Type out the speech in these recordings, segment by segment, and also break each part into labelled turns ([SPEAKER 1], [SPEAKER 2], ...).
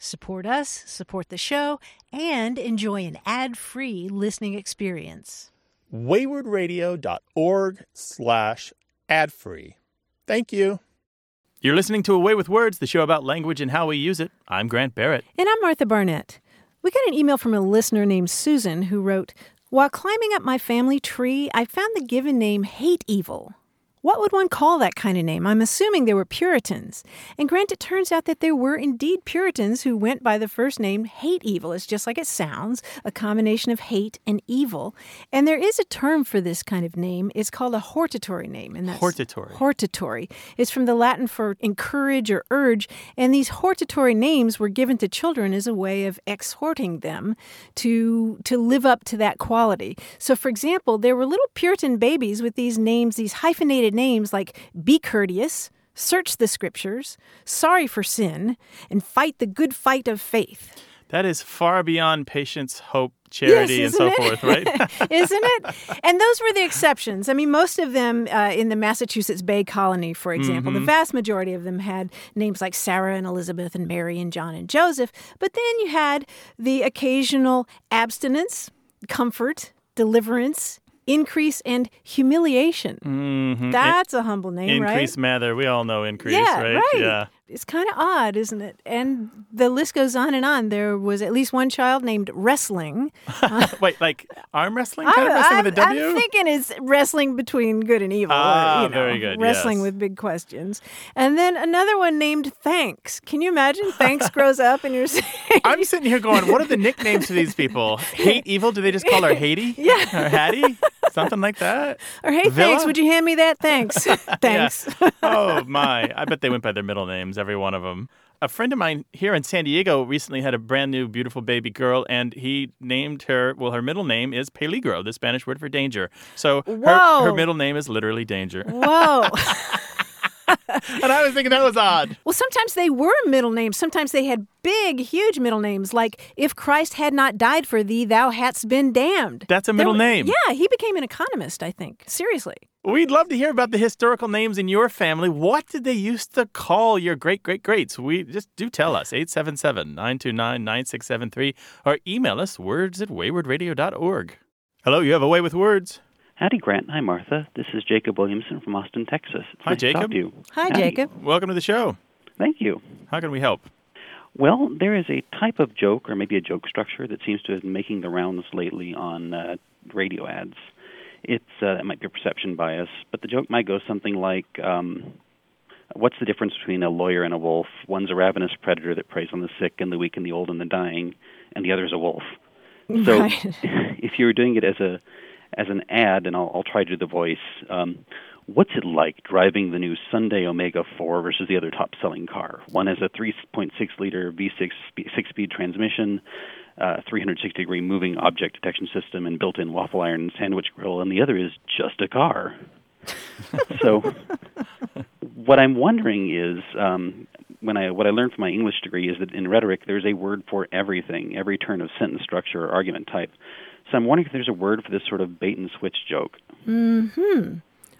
[SPEAKER 1] Support us, support the show, and enjoy an ad-free listening experience.
[SPEAKER 2] waywardradio.org slash adfree. Thank you.
[SPEAKER 3] You're listening to Away with Words, the show about language and how we use it. I'm Grant Barrett.
[SPEAKER 1] And I'm Martha Barnett. We got an email from a listener named Susan who wrote, While climbing up my family tree, I found the given name hate evil. What would one call that kind of name? I'm assuming they were Puritans. And Grant, it turns out that there were indeed Puritans who went by the first name hate evil. It's just like it sounds, a combination of hate and evil. And there is a term for this kind of name. It's called a hortatory name. And that's
[SPEAKER 3] Hortatory.
[SPEAKER 1] Hortatory. It's from the Latin for encourage or urge. And these hortatory names were given to children as a way of exhorting them to, to live up to that quality. So, for example, there were little Puritan babies with these names, these hyphenated names like be courteous, search the scriptures, sorry for sin, and fight the good fight of faith.
[SPEAKER 3] That is far beyond patience, hope, charity, and
[SPEAKER 1] Yes,
[SPEAKER 3] so
[SPEAKER 1] isn't
[SPEAKER 3] forth, right?
[SPEAKER 1] isn't it? And those were the exceptions. I mean, most of them uh, in the Massachusetts Bay Colony, for example,
[SPEAKER 3] Mm-hmm.
[SPEAKER 1] the vast majority of them had names like Sarah and Elizabeth and Mary and John and Joseph. But then you had the occasional abstinence, comfort, deliverance, increase, and humiliation. That's a humble
[SPEAKER 3] Mm,
[SPEAKER 1] name, right?
[SPEAKER 3] Mm-hmm. increase Mather. We all know increase,
[SPEAKER 1] yeah,
[SPEAKER 3] right? Yeah.
[SPEAKER 1] It's kind of odd, isn't it? And the list goes on and on. There was at least one child named Wrestling.
[SPEAKER 3] Wait, like arm wrestling? Kind of wrestling with a
[SPEAKER 1] Uh, I'm-
[SPEAKER 3] W?
[SPEAKER 1] I'm thinking it's wrestling between good and evil. or,
[SPEAKER 3] Ah,
[SPEAKER 1] you know,
[SPEAKER 3] very good,
[SPEAKER 1] Wrestling
[SPEAKER 3] yes.
[SPEAKER 1] with big questions. And then another one named Thanks. Can you imagine? Thanks grows up and you're saying,
[SPEAKER 3] I'm sitting here going, what are the nicknames for these people? Hate evil? Do they just call her Haiti?
[SPEAKER 1] Yeah.
[SPEAKER 3] Or Hattie? Something like that?
[SPEAKER 1] or hey, thanks,
[SPEAKER 3] Villa?
[SPEAKER 1] would you hand me that? Thanks. thanks.
[SPEAKER 3] oh my! I bet they went by their middle names, every one of them. A friend of mine here in San Diego recently had a brand new, beautiful baby girl, and he named her. Well, her middle name is Peligro, the Spanish word for danger. So her,
[SPEAKER 1] Whoa.
[SPEAKER 3] her middle name is literally danger.
[SPEAKER 1] Whoa.
[SPEAKER 3] And I was thinking that was odd.
[SPEAKER 1] Well, sometimes they were middle names. Sometimes they had big, huge middle names, like if Christ had not died for thee, thou hadst been damned.
[SPEAKER 3] That's a
[SPEAKER 1] There
[SPEAKER 3] middle
[SPEAKER 1] were-
[SPEAKER 3] name.
[SPEAKER 1] Yeah, he became an economist, I think. Seriously.
[SPEAKER 3] We'd love to hear about the historical names in your family. What did they used to call your great great greats? We just do tell us 877-929-9673 or email us words at waywardradio.org. Hello, you have a way with words.
[SPEAKER 4] Howdy, Grant. Hi, Martha. This is Jacob Williamson from Austin, Texas. It's
[SPEAKER 3] Hi,
[SPEAKER 4] nice To
[SPEAKER 3] Jacob.
[SPEAKER 4] talk to you.
[SPEAKER 1] Hi,
[SPEAKER 4] Howdy.
[SPEAKER 1] Jacob.
[SPEAKER 3] Welcome to the show.
[SPEAKER 4] Thank you.
[SPEAKER 3] How can we help?
[SPEAKER 4] Well, there is a type of joke, or maybe a joke structure, that seems to have been making the rounds lately on uh, radio ads. It's uh, that might be a perception bias, but the joke might go something like, um, "What's the difference between a lawyer and a wolf? One's a ravenous predator that preys on the sick and the weak and the old and the dying, and the other's a wolf." So,
[SPEAKER 1] Right.
[SPEAKER 4] if you were doing it as a as an ad, and I'll, I'll try to do the voice. Um, What's it like driving the new Sunday Omega 4 versus the other top selling car? One has a 3.6 liter V6 spe- six speed transmission, uh, 360 degree moving object detection system, and built in waffle iron and sandwich grill, and the other is just a car. so, what I'm wondering is um, when I what I learned from my English degree is that in rhetoric there's a word for everything, every turn of sentence structure or argument type. So I'm wondering if there's a word for this sort of bait and switch joke.
[SPEAKER 1] Mm-hmm.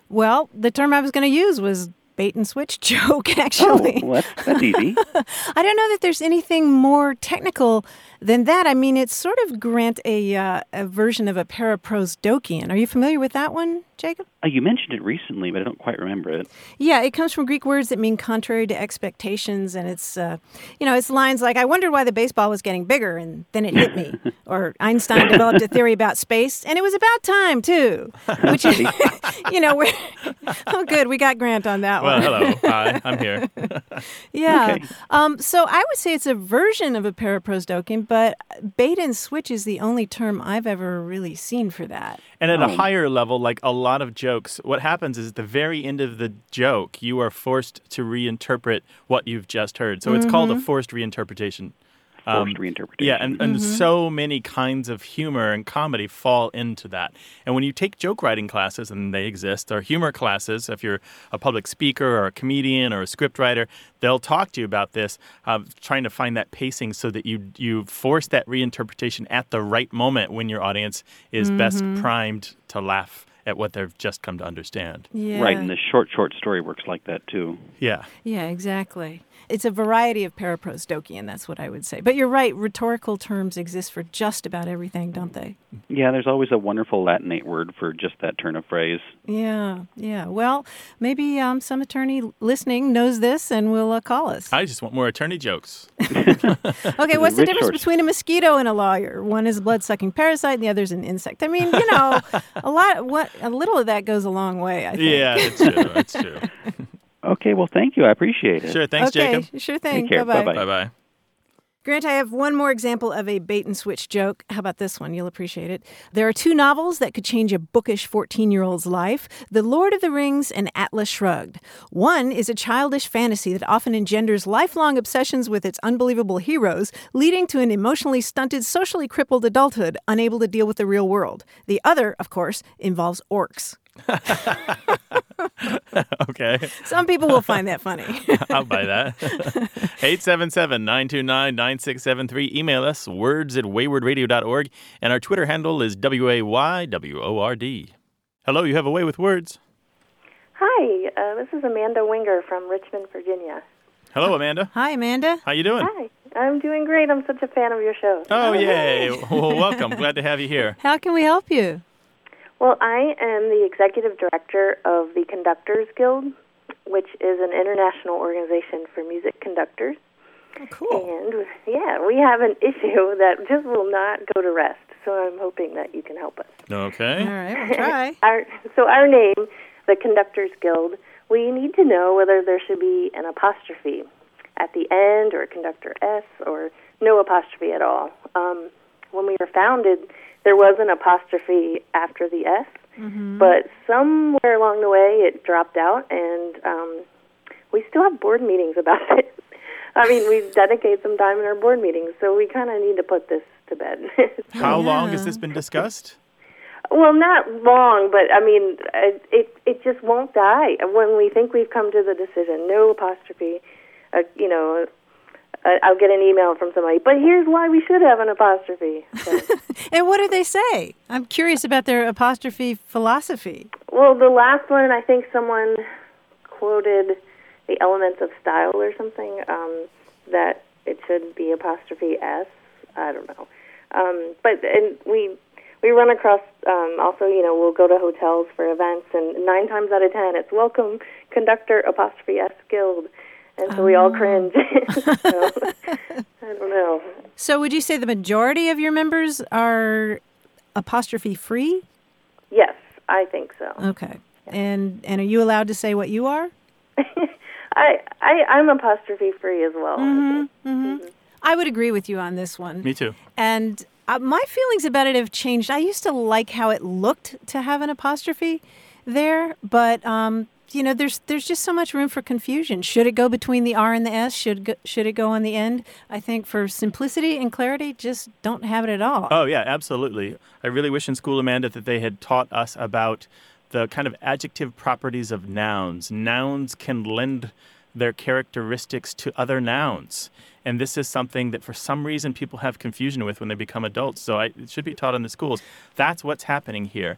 [SPEAKER 1] Well, the term I was going to use was bait and switch joke, actually.
[SPEAKER 4] Oh, well, that's, that's easy.
[SPEAKER 1] I don't know that there's anything more technical than that. I mean, it's sort of grant a, uh, a version of a paraprose dokian. Are you familiar with that one, Jacob?
[SPEAKER 4] Uh, you mentioned it recently, but I don't quite remember it.
[SPEAKER 1] Yeah, it comes from Greek words that mean contrary to expectations, and it's uh, you know it's lines like "I wondered why the baseball was getting bigger, and then it hit me," or "Einstein developed a theory about space, and it was about time too," which is, you know we're oh good, we got Grant on that
[SPEAKER 3] Well,
[SPEAKER 1] one.
[SPEAKER 3] hello. Hi, I'm here.
[SPEAKER 1] Yeah. Um, so I would say it's a version of a paraprosdokin, but bait and switch is the only term I've ever really seen for that. Um,
[SPEAKER 3] And
[SPEAKER 4] Oh.
[SPEAKER 3] at a higher level, like a lot of jokes, what happens is at the very end of the joke, you are forced to reinterpret what you've just heard. So it's called a forced reinterpretation.
[SPEAKER 4] Mm-hmm.
[SPEAKER 3] Um,
[SPEAKER 4] Forced reinterpretation. Mm-hmm.
[SPEAKER 3] Yeah, and, and so many kinds of humor and comedy fall into that. And when you take joke writing classes, and they exist, or humor classes, if you're a public speaker or a comedian or a script writer, they'll talk to you about this, uh, trying to find that pacing so that you you force that reinterpretation at the right moment when your audience is best
[SPEAKER 4] Mm-hmm.
[SPEAKER 3] primed to laugh at what they've just come to understand.
[SPEAKER 1] Yeah.
[SPEAKER 4] Right, and the short, short story works like that too.
[SPEAKER 3] Yeah.
[SPEAKER 1] Yeah, exactly. It's a variety of paraprosdokian, that's what I would say. But you're right, rhetorical terms exist for just about everything, don't they?
[SPEAKER 4] Yeah, there's always a wonderful Latinate word for just that turn of phrase.
[SPEAKER 1] Yeah, yeah. Well, maybe um, some attorney listening knows this and will uh, call us.
[SPEAKER 3] I just want more attorney jokes.
[SPEAKER 1] Okay, what's the
[SPEAKER 4] rich
[SPEAKER 1] difference
[SPEAKER 4] horse.
[SPEAKER 1] between a mosquito and a lawyer? One is a blood sucking parasite and the other is an insect. I mean, you know, a lot, what, a little of that goes a long way, I think.
[SPEAKER 3] Yeah, that's true. That's true.
[SPEAKER 4] Okay, well, thank you. I appreciate it.
[SPEAKER 3] Sure. Thanks,
[SPEAKER 1] okay,
[SPEAKER 3] Jacob.
[SPEAKER 1] sure thing.
[SPEAKER 4] Take care.
[SPEAKER 1] Bye bye.
[SPEAKER 4] Bye-bye.
[SPEAKER 3] Bye bye.
[SPEAKER 1] Grant, I have one more example of a bait and switch joke. How about this one? You'll appreciate it. There are two novels that could change a bookish 14 year old's life The Lord of the Rings and Atlas Shrugged. One is a childish fantasy that often engenders lifelong obsessions with its unbelievable heroes, leading to an emotionally stunted, socially crippled adulthood unable to deal with the real world. The other, of course, involves orcs.
[SPEAKER 3] Okay.
[SPEAKER 1] Some people will find that funny.
[SPEAKER 3] I'll buy that. 877 929 9673. Email us words at waywardradio.org. And our Twitter handle is W A Y W O R D. Hello, you have a way with words.
[SPEAKER 5] Hi, uh, this is Amanda Winger from Richmond, Virginia.
[SPEAKER 3] Hello, Amanda.
[SPEAKER 1] Hi, Amanda.
[SPEAKER 3] How you doing?
[SPEAKER 5] Hi, I'm doing great. I'm such a fan of your show.
[SPEAKER 3] Oh, yay. Well, welcome. Glad to have you here.
[SPEAKER 1] How can we help you?
[SPEAKER 5] Well, I am the executive director of the Conductors Guild, which is an international organization for music conductors.
[SPEAKER 1] Oh, cool.
[SPEAKER 5] And yeah, we have an issue that just will not go to rest. So I'm hoping that you can help us.
[SPEAKER 1] All
[SPEAKER 3] Okay.
[SPEAKER 1] right, we'll try.
[SPEAKER 5] Our, so our name, the Conductors Guild, we need to know whether there should be an apostrophe at the end or conductor S or no apostrophe at all. Um, when we were founded, there was an apostrophe after the S, but somewhere along the way it dropped out, and um, we still have board meetings about it. I mean, we dedicate some time in our board meetings, so we kind of need to put this to bed.
[SPEAKER 3] How long has this been discussed?
[SPEAKER 5] Well, not long, but I mean, it it, it just won't die when we think we've come to the decision. No apostrophe, uh, you know. Uh, I'll get an email from somebody, but here's why we should have an apostrophe. So,
[SPEAKER 1] And what do they say? I'm curious about their apostrophe philosophy.
[SPEAKER 5] well, the last one, I think someone quoted the elements of style or something um, that it should be apostrophe s. I don't know, um, but and we we run across um, also you know we'll go to hotels for events and nine times out of ten it's welcome conductor apostrophe s guild, and so we
[SPEAKER 1] Um,
[SPEAKER 5] all cringe. so, I don't know.
[SPEAKER 1] So, would you say the majority of your members are apostrophe free?
[SPEAKER 5] Yes, I think so.
[SPEAKER 1] Okay. And and are you allowed to say what you are?
[SPEAKER 5] I, I I'm apostrophe free as well. I think.
[SPEAKER 1] Mm-hmm,
[SPEAKER 5] Mm-hmm.
[SPEAKER 1] I would agree with you on this one.
[SPEAKER 3] Me too.
[SPEAKER 1] And uh, my feelings about it have changed. I used to like how it looked to have an apostrophe there, but um, you know, there's there's just so much room for confusion. Should it go between the R and the S? Should go, should it go on the end? I think for simplicity and clarity, just don't have it at all.
[SPEAKER 3] Oh, yeah, absolutely. I really wish in school, Amanda, that they had taught us about the kind of adjective properties of nouns. Nouns can lend their characteristics to other nouns. And this is something that for some reason people have confusion with when they become adults. So I, it should be taught in the schools. That's what's happening here.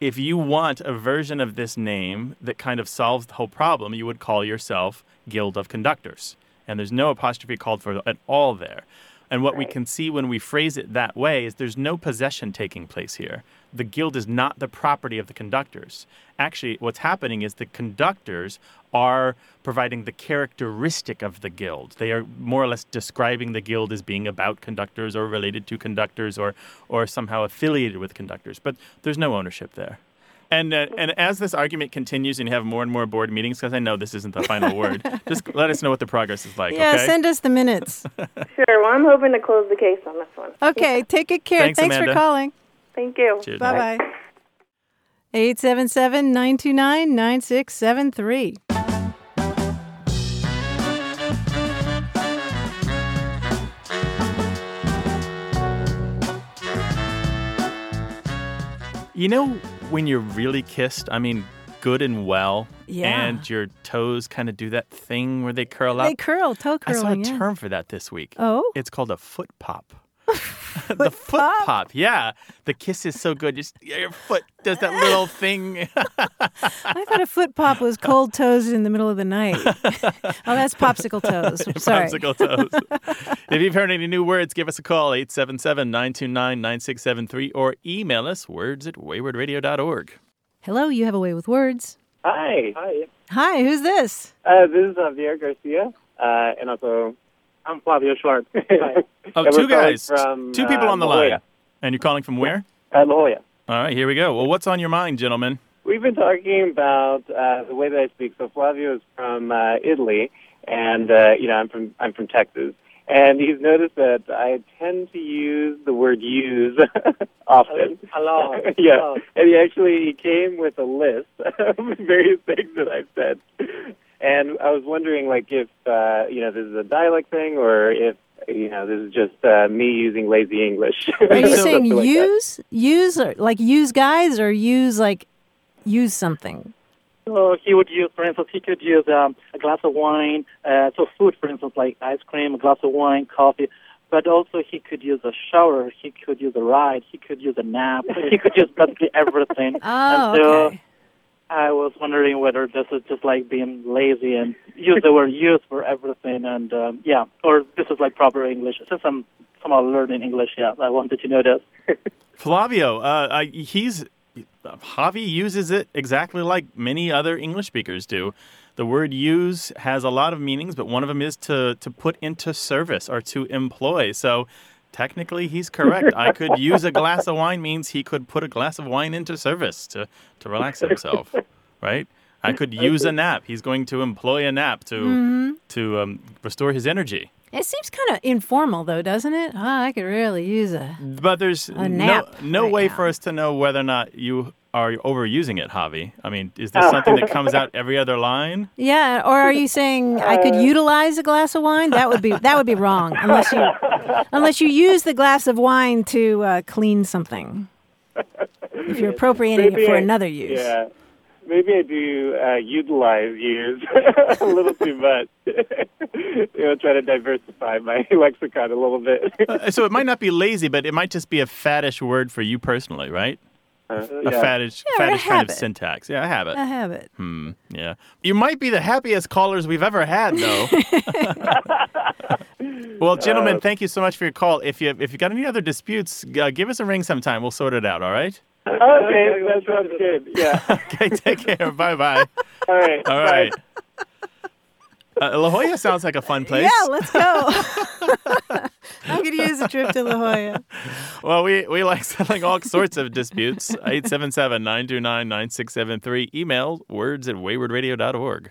[SPEAKER 3] If you want a version of this name that kind of solves the whole problem, you would call yourself Guild of Conductors. And there's no apostrophe called for at all there. And what we can see when we phrase it that way is there's no possession taking place here. the guild is not the property of the conductors. Actually, what's happening is the conductors are providing the characteristic of the guild. They are more or less describing the guild as being about conductors or related to conductors or, or somehow affiliated with conductors, but there's no ownership there. And, uh, and as this argument continues and you have more and more board meetings, because I know this isn't the final word, just let us know what the progress is like.
[SPEAKER 1] Yeah,
[SPEAKER 3] okay?
[SPEAKER 1] send us the minutes.
[SPEAKER 5] Sure. Well, I'm hoping to close the case on this one.
[SPEAKER 1] Okay, take good care.
[SPEAKER 3] Thanks,
[SPEAKER 1] for
[SPEAKER 3] Amanda.
[SPEAKER 1] calling.
[SPEAKER 5] Thank you.
[SPEAKER 3] Cheers.
[SPEAKER 1] Bye bye. 877 929 9673.
[SPEAKER 3] You know when you're really kissed, I mean good and well,
[SPEAKER 1] Yeah.
[SPEAKER 3] and your toes kind of do that thing where they curl up.
[SPEAKER 1] They curl, toe
[SPEAKER 3] Uh, I saw a
[SPEAKER 1] curling. yeah.
[SPEAKER 3] term for that this week.
[SPEAKER 1] Oh?
[SPEAKER 3] It's called a foot pop. the foot pop? Yeah. The kiss is so good. Just your foot does that little thing.
[SPEAKER 1] I thought a foot pop was cold toes in the middle of the night. oh, that's popsicle toes. Sorry.
[SPEAKER 3] Popsicle toes. if you've heard any new words, give us a call 877-929-9673 or email us words at waywardradio.org.
[SPEAKER 1] Hello, you have a way with words.
[SPEAKER 6] Hi. Hi.
[SPEAKER 1] Hi, who's this?
[SPEAKER 6] Uh, this is Javier Garcia, uh, and also I'm Flavio Schwartz.
[SPEAKER 3] Oh,
[SPEAKER 6] And
[SPEAKER 3] two
[SPEAKER 6] we're calling
[SPEAKER 3] guys.
[SPEAKER 6] from,
[SPEAKER 3] two people
[SPEAKER 6] uh,
[SPEAKER 3] on the
[SPEAKER 6] La
[SPEAKER 3] line.
[SPEAKER 6] Jolla.
[SPEAKER 3] And you're calling from where?
[SPEAKER 6] Uh, La Jolla.
[SPEAKER 3] All right, here we go. Well, what's on your mind, gentlemen?
[SPEAKER 6] We've been talking about uh, the way that I speak. So Flavio is from uh, Italy, and uh, you know I'm from I'm from Texas, and he's noticed that I tend to use the word "use" often.
[SPEAKER 7] A lot.
[SPEAKER 6] yeah,
[SPEAKER 7] Oh.
[SPEAKER 6] and he actually he came with a list of various things that I've said, and I was wondering like if uh, you know this is a dialect thing or if you know this is just uh, me using lazy English.
[SPEAKER 1] Are you
[SPEAKER 6] Something
[SPEAKER 1] saying
[SPEAKER 6] like that.
[SPEAKER 1] use? Use or like use guys or use like use something?
[SPEAKER 7] So he would use, for instance, he could use um, a glass of wine, uh, so food, for instance, like ice cream, a glass of wine, coffee. But also he could use a shower, he could use a ride, he could use a nap, he could use basically everything.
[SPEAKER 1] Oh,
[SPEAKER 7] and so
[SPEAKER 1] okay.
[SPEAKER 7] I was wondering whether this is just like being lazy and use the word use for everything, and um, yeah, or this is like proper English. Since I'm somehow learning English, yeah, I wanted to know this.
[SPEAKER 3] Flavio, uh, I, he's Javi uses it exactly like many other English speakers do. The word "use" has a lot of meanings, but one of them is to to put into service or to employ. So. Technically, he's correct. I could use a glass of wine means he could put a glass of wine into service to, to relax himself, right? I could use a nap. He's going to employ a nap to to um, restore his energy.
[SPEAKER 1] It seems kind of informal though, doesn't it? Oh, I could really use a.
[SPEAKER 3] But there's no,
[SPEAKER 1] nap
[SPEAKER 3] no
[SPEAKER 1] right
[SPEAKER 3] way
[SPEAKER 1] now.
[SPEAKER 3] for us to know whether or not you are overusing it, Javi. I mean, is this something that comes out every other line?
[SPEAKER 1] Yeah, or are you saying I could utilize a glass of wine? That would be that would be wrong unless you unless you use the glass of wine to uh, clean something. If you're appropriating it for
[SPEAKER 6] I-
[SPEAKER 1] another use.
[SPEAKER 6] Yeah. Maybe I do uh, utilize use a little too much. you know, try to diversify my lexicon a little bit.
[SPEAKER 3] Uh, So it might not be lazy, but it might just be a faddish word for you personally, right? A faddish,
[SPEAKER 1] Yeah, or a
[SPEAKER 3] faddish kind of
[SPEAKER 1] habit.
[SPEAKER 3] syntax. Yeah, I have it. Hmm,
[SPEAKER 1] I have it.
[SPEAKER 3] Yeah. You might be the happiest callers we've ever had, though. well, gentlemen, thank you so much for your call. If you if you got any other disputes, uh, give us a ring sometime. We'll sort it out. All right.
[SPEAKER 6] okay, that sounds good. Yeah.
[SPEAKER 3] Okay. Take care. bye bye.
[SPEAKER 6] All right.
[SPEAKER 3] All
[SPEAKER 6] bye.
[SPEAKER 3] right. Uh, La Jolla sounds like a fun place.
[SPEAKER 1] Yeah, let's go. I could use a trip to La Jolla.
[SPEAKER 3] Well, we, we like settling all sorts of disputes. 877 929 9673. Email words at waywardradio.org.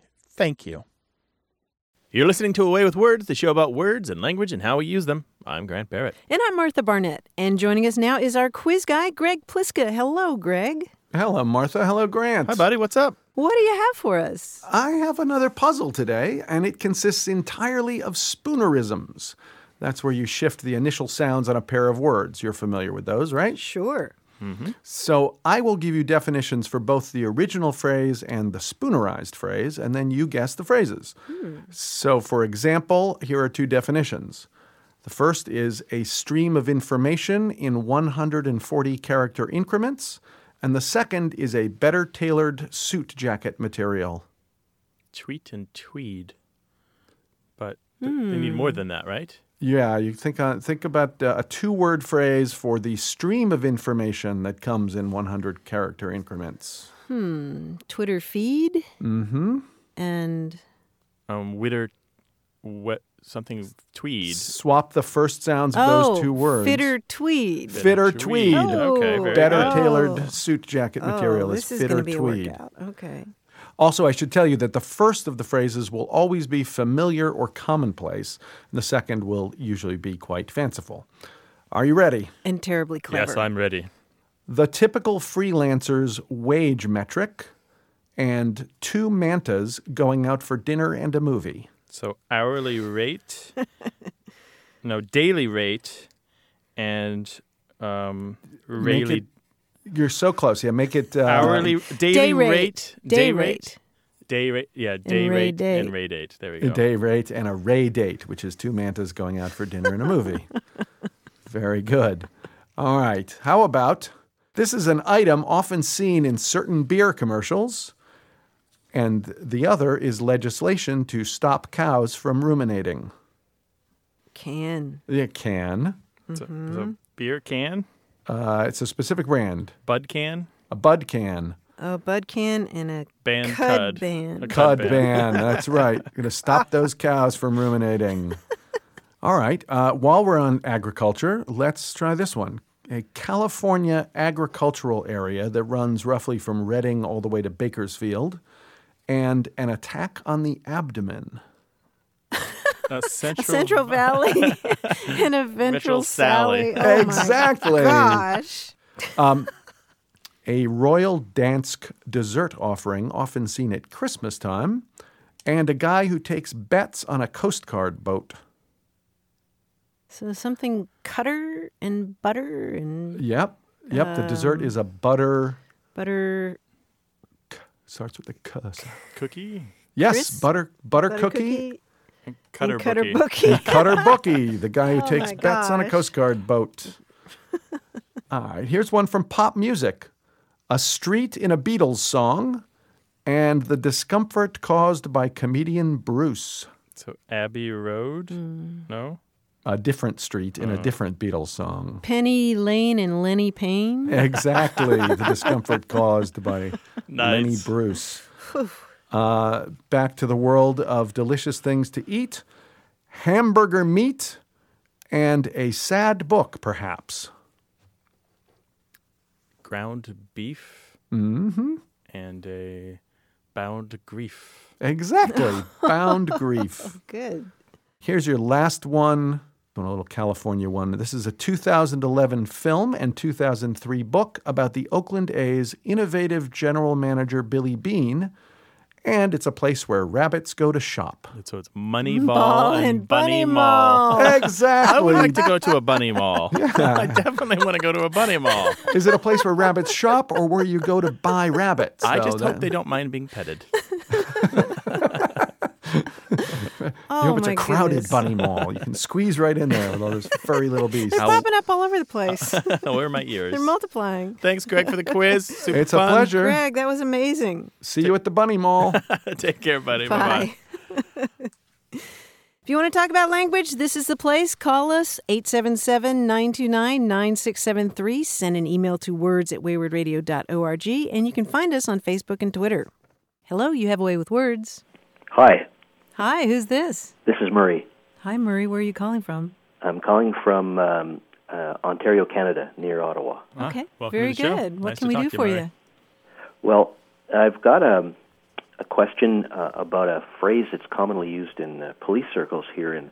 [SPEAKER 2] Thank you. You're listening to Away with Words, the show about words and language and how we use them. I'm Grant Barrett.
[SPEAKER 1] And I'm Martha Barnett. And joining us now is our quiz guy, Greg Pliska. Hello, Greg.
[SPEAKER 8] Hello, Martha. Hello, Grant.
[SPEAKER 2] Hi, buddy. What's up?
[SPEAKER 1] What do you have for us?
[SPEAKER 8] I have another puzzle today, and it consists entirely of spoonerisms. That's where you shift the initial sounds on a pair of words. You're familiar with those, right?
[SPEAKER 1] Sure.
[SPEAKER 8] So I will give you definitions for both the original phrase and the spoonerized phrase, and then you guess the phrases.
[SPEAKER 3] Hmm.
[SPEAKER 8] So, for example, here are two definitions. The first is a stream of information in 140 character increments, and the second is a better tailored suit jacket material.
[SPEAKER 3] Tweet and tweed. But th- they need more than that, right?
[SPEAKER 8] Yeah, you think on, think about uh, a two-word phrase for the stream of information that comes in 100 character increments.
[SPEAKER 1] Hmm, Twitter feed. Mm-hmm. And
[SPEAKER 3] Um, witter, what something tweed.
[SPEAKER 8] Swap the first sounds of
[SPEAKER 1] oh,
[SPEAKER 8] those two words.
[SPEAKER 1] fitter tweed.
[SPEAKER 8] Fitter tweed.
[SPEAKER 3] Okay,
[SPEAKER 1] Oh.
[SPEAKER 3] very
[SPEAKER 8] Better
[SPEAKER 3] good.
[SPEAKER 8] tailored suit jacket material
[SPEAKER 1] oh, this is
[SPEAKER 8] fitter
[SPEAKER 1] going to be
[SPEAKER 8] tweed.
[SPEAKER 1] a workout. Oh. Okay.
[SPEAKER 8] Also, I should tell you that the first of the phrases will always be familiar or commonplace, and the second will usually be quite fanciful. Are you ready?
[SPEAKER 1] And terribly clever.
[SPEAKER 3] Yes, I'm ready.
[SPEAKER 8] The typical freelancer's wage metric and two mantas going out for dinner and a movie.
[SPEAKER 3] So hourly rate, no daily rate, and um,
[SPEAKER 8] Make
[SPEAKER 3] really
[SPEAKER 8] it- You're so close. Yeah, make it uh,
[SPEAKER 3] hourly daily
[SPEAKER 1] Day rate.
[SPEAKER 3] day,
[SPEAKER 1] Day
[SPEAKER 3] rate.
[SPEAKER 1] rate.
[SPEAKER 3] day rate, yeah, day
[SPEAKER 1] ray
[SPEAKER 3] rate
[SPEAKER 1] date.
[SPEAKER 3] and ray date. There we
[SPEAKER 8] a
[SPEAKER 3] go.
[SPEAKER 8] day rate and a ray date, which is two mantas going out for dinner and a movie. Very good. All right. How about this is an item often seen in certain beer commercials, and the other is legislation to stop cows from ruminating.
[SPEAKER 1] Can. Mm-hmm.
[SPEAKER 8] It can.
[SPEAKER 3] So, so beer can,
[SPEAKER 8] Uh, it's a specific brand,
[SPEAKER 3] bud can,
[SPEAKER 8] a bud can,
[SPEAKER 1] A bud can and a
[SPEAKER 3] band
[SPEAKER 1] Cud
[SPEAKER 3] cud,
[SPEAKER 1] ban.
[SPEAKER 3] A
[SPEAKER 8] cud ban. That's right. Going to stop those cows from ruminating. All right. Uh, while we're on agriculture, let's try this one. A California agricultural area that runs roughly from Redding all the way to Bakersfield, and an attack on the abdomen.
[SPEAKER 3] A central,
[SPEAKER 1] Central Valley and a ventral
[SPEAKER 3] Ventral Sally.
[SPEAKER 1] Sally. Oh
[SPEAKER 8] exactly.
[SPEAKER 1] My gosh.
[SPEAKER 8] Um, a royal Dansk dessert offering, often seen at Christmas time, and a guy who takes bets on a Coast Guard boat.
[SPEAKER 1] So something cutter and butter and
[SPEAKER 8] Yep. Yep. the
[SPEAKER 1] Um,
[SPEAKER 8] dessert is a butter.
[SPEAKER 1] butter.
[SPEAKER 8] Starts with the K. sound.
[SPEAKER 3] cookie,
[SPEAKER 8] Yes,
[SPEAKER 1] Crisp
[SPEAKER 8] butter butter,
[SPEAKER 1] Butter
[SPEAKER 8] cookie.
[SPEAKER 3] cutter,
[SPEAKER 1] and cutter
[SPEAKER 3] bookie.
[SPEAKER 1] bookie. Oh
[SPEAKER 8] Cutter Bookie, the guy who takes
[SPEAKER 1] my
[SPEAKER 8] bets on a
[SPEAKER 1] gosh.
[SPEAKER 8] Coast Guard boat. All right, here's one from pop music. A street in a Beatles song and the discomfort caused by comedian Bruce.
[SPEAKER 3] So Abbey Road,
[SPEAKER 1] Mm.
[SPEAKER 3] no,
[SPEAKER 8] A different street in a
[SPEAKER 3] Mm.
[SPEAKER 8] different Beatles song.
[SPEAKER 1] Penny Lane and Lenny Payne.
[SPEAKER 8] Exactly, the discomfort caused by Lenny
[SPEAKER 3] Nice.
[SPEAKER 8] Bruce. Uh, back to the world of delicious things to eat, hamburger meat, and a sad book, perhaps.
[SPEAKER 3] ground beef, mm-hmm. and a bound grief.
[SPEAKER 8] Exactly, bound grief.
[SPEAKER 1] Oh, Good.
[SPEAKER 8] Here's your last one, a little California one. This is a 2011 film and 2003 book about the Oakland A's innovative general manager Billy Bean, and it's a place where rabbits go to shop.
[SPEAKER 3] So it's Moneyball
[SPEAKER 1] Mm, Ball
[SPEAKER 3] and,
[SPEAKER 1] and
[SPEAKER 3] Bunny
[SPEAKER 1] Bunny Mall.
[SPEAKER 8] Exactly.
[SPEAKER 3] I would like to go to a bunny mall. I definitely want to go to a bunny mall.
[SPEAKER 8] Is it a place where rabbits shop or where you go to buy rabbits?
[SPEAKER 3] I
[SPEAKER 8] So
[SPEAKER 3] just
[SPEAKER 8] that-
[SPEAKER 3] hope they don't mind being petted.
[SPEAKER 1] Oh
[SPEAKER 8] You hope it's
[SPEAKER 1] my
[SPEAKER 8] a crowded
[SPEAKER 1] goodness.
[SPEAKER 8] bunny mall. You can squeeze right in there with all those furry little beasts.
[SPEAKER 1] They're popping up all over the place.
[SPEAKER 3] Where are my ears?
[SPEAKER 1] They're multiplying.
[SPEAKER 3] Thanks, Greg, for the quiz. Super
[SPEAKER 8] It's a
[SPEAKER 3] fun.
[SPEAKER 8] pleasure.
[SPEAKER 1] Greg, that was amazing.
[SPEAKER 8] See you at the bunny mall.
[SPEAKER 3] Take care, buddy.
[SPEAKER 1] Bye.
[SPEAKER 3] Bye-bye.
[SPEAKER 1] If you want to talk about language, this is the place. Call us 877 929 9673. Send an email to words at waywardradio.org, and you can find us on Facebook and Twitter. Hello, you have a way with words.
[SPEAKER 9] Hi,
[SPEAKER 1] Hi, who's this?
[SPEAKER 9] this is Murray.
[SPEAKER 1] Hi, Murray. Where are you calling from?
[SPEAKER 9] I'm calling from um, uh, Ontario, Canada, near Ottawa.
[SPEAKER 3] Ah,
[SPEAKER 1] okay,
[SPEAKER 3] welcome
[SPEAKER 1] very
[SPEAKER 3] to the show.
[SPEAKER 1] good. What
[SPEAKER 3] Nice
[SPEAKER 1] can
[SPEAKER 3] to
[SPEAKER 1] we
[SPEAKER 3] talk
[SPEAKER 1] do
[SPEAKER 3] to
[SPEAKER 1] for
[SPEAKER 3] Murray.
[SPEAKER 1] you?
[SPEAKER 9] Well, I've got a, a question uh, about a phrase that's commonly used in uh, police circles here in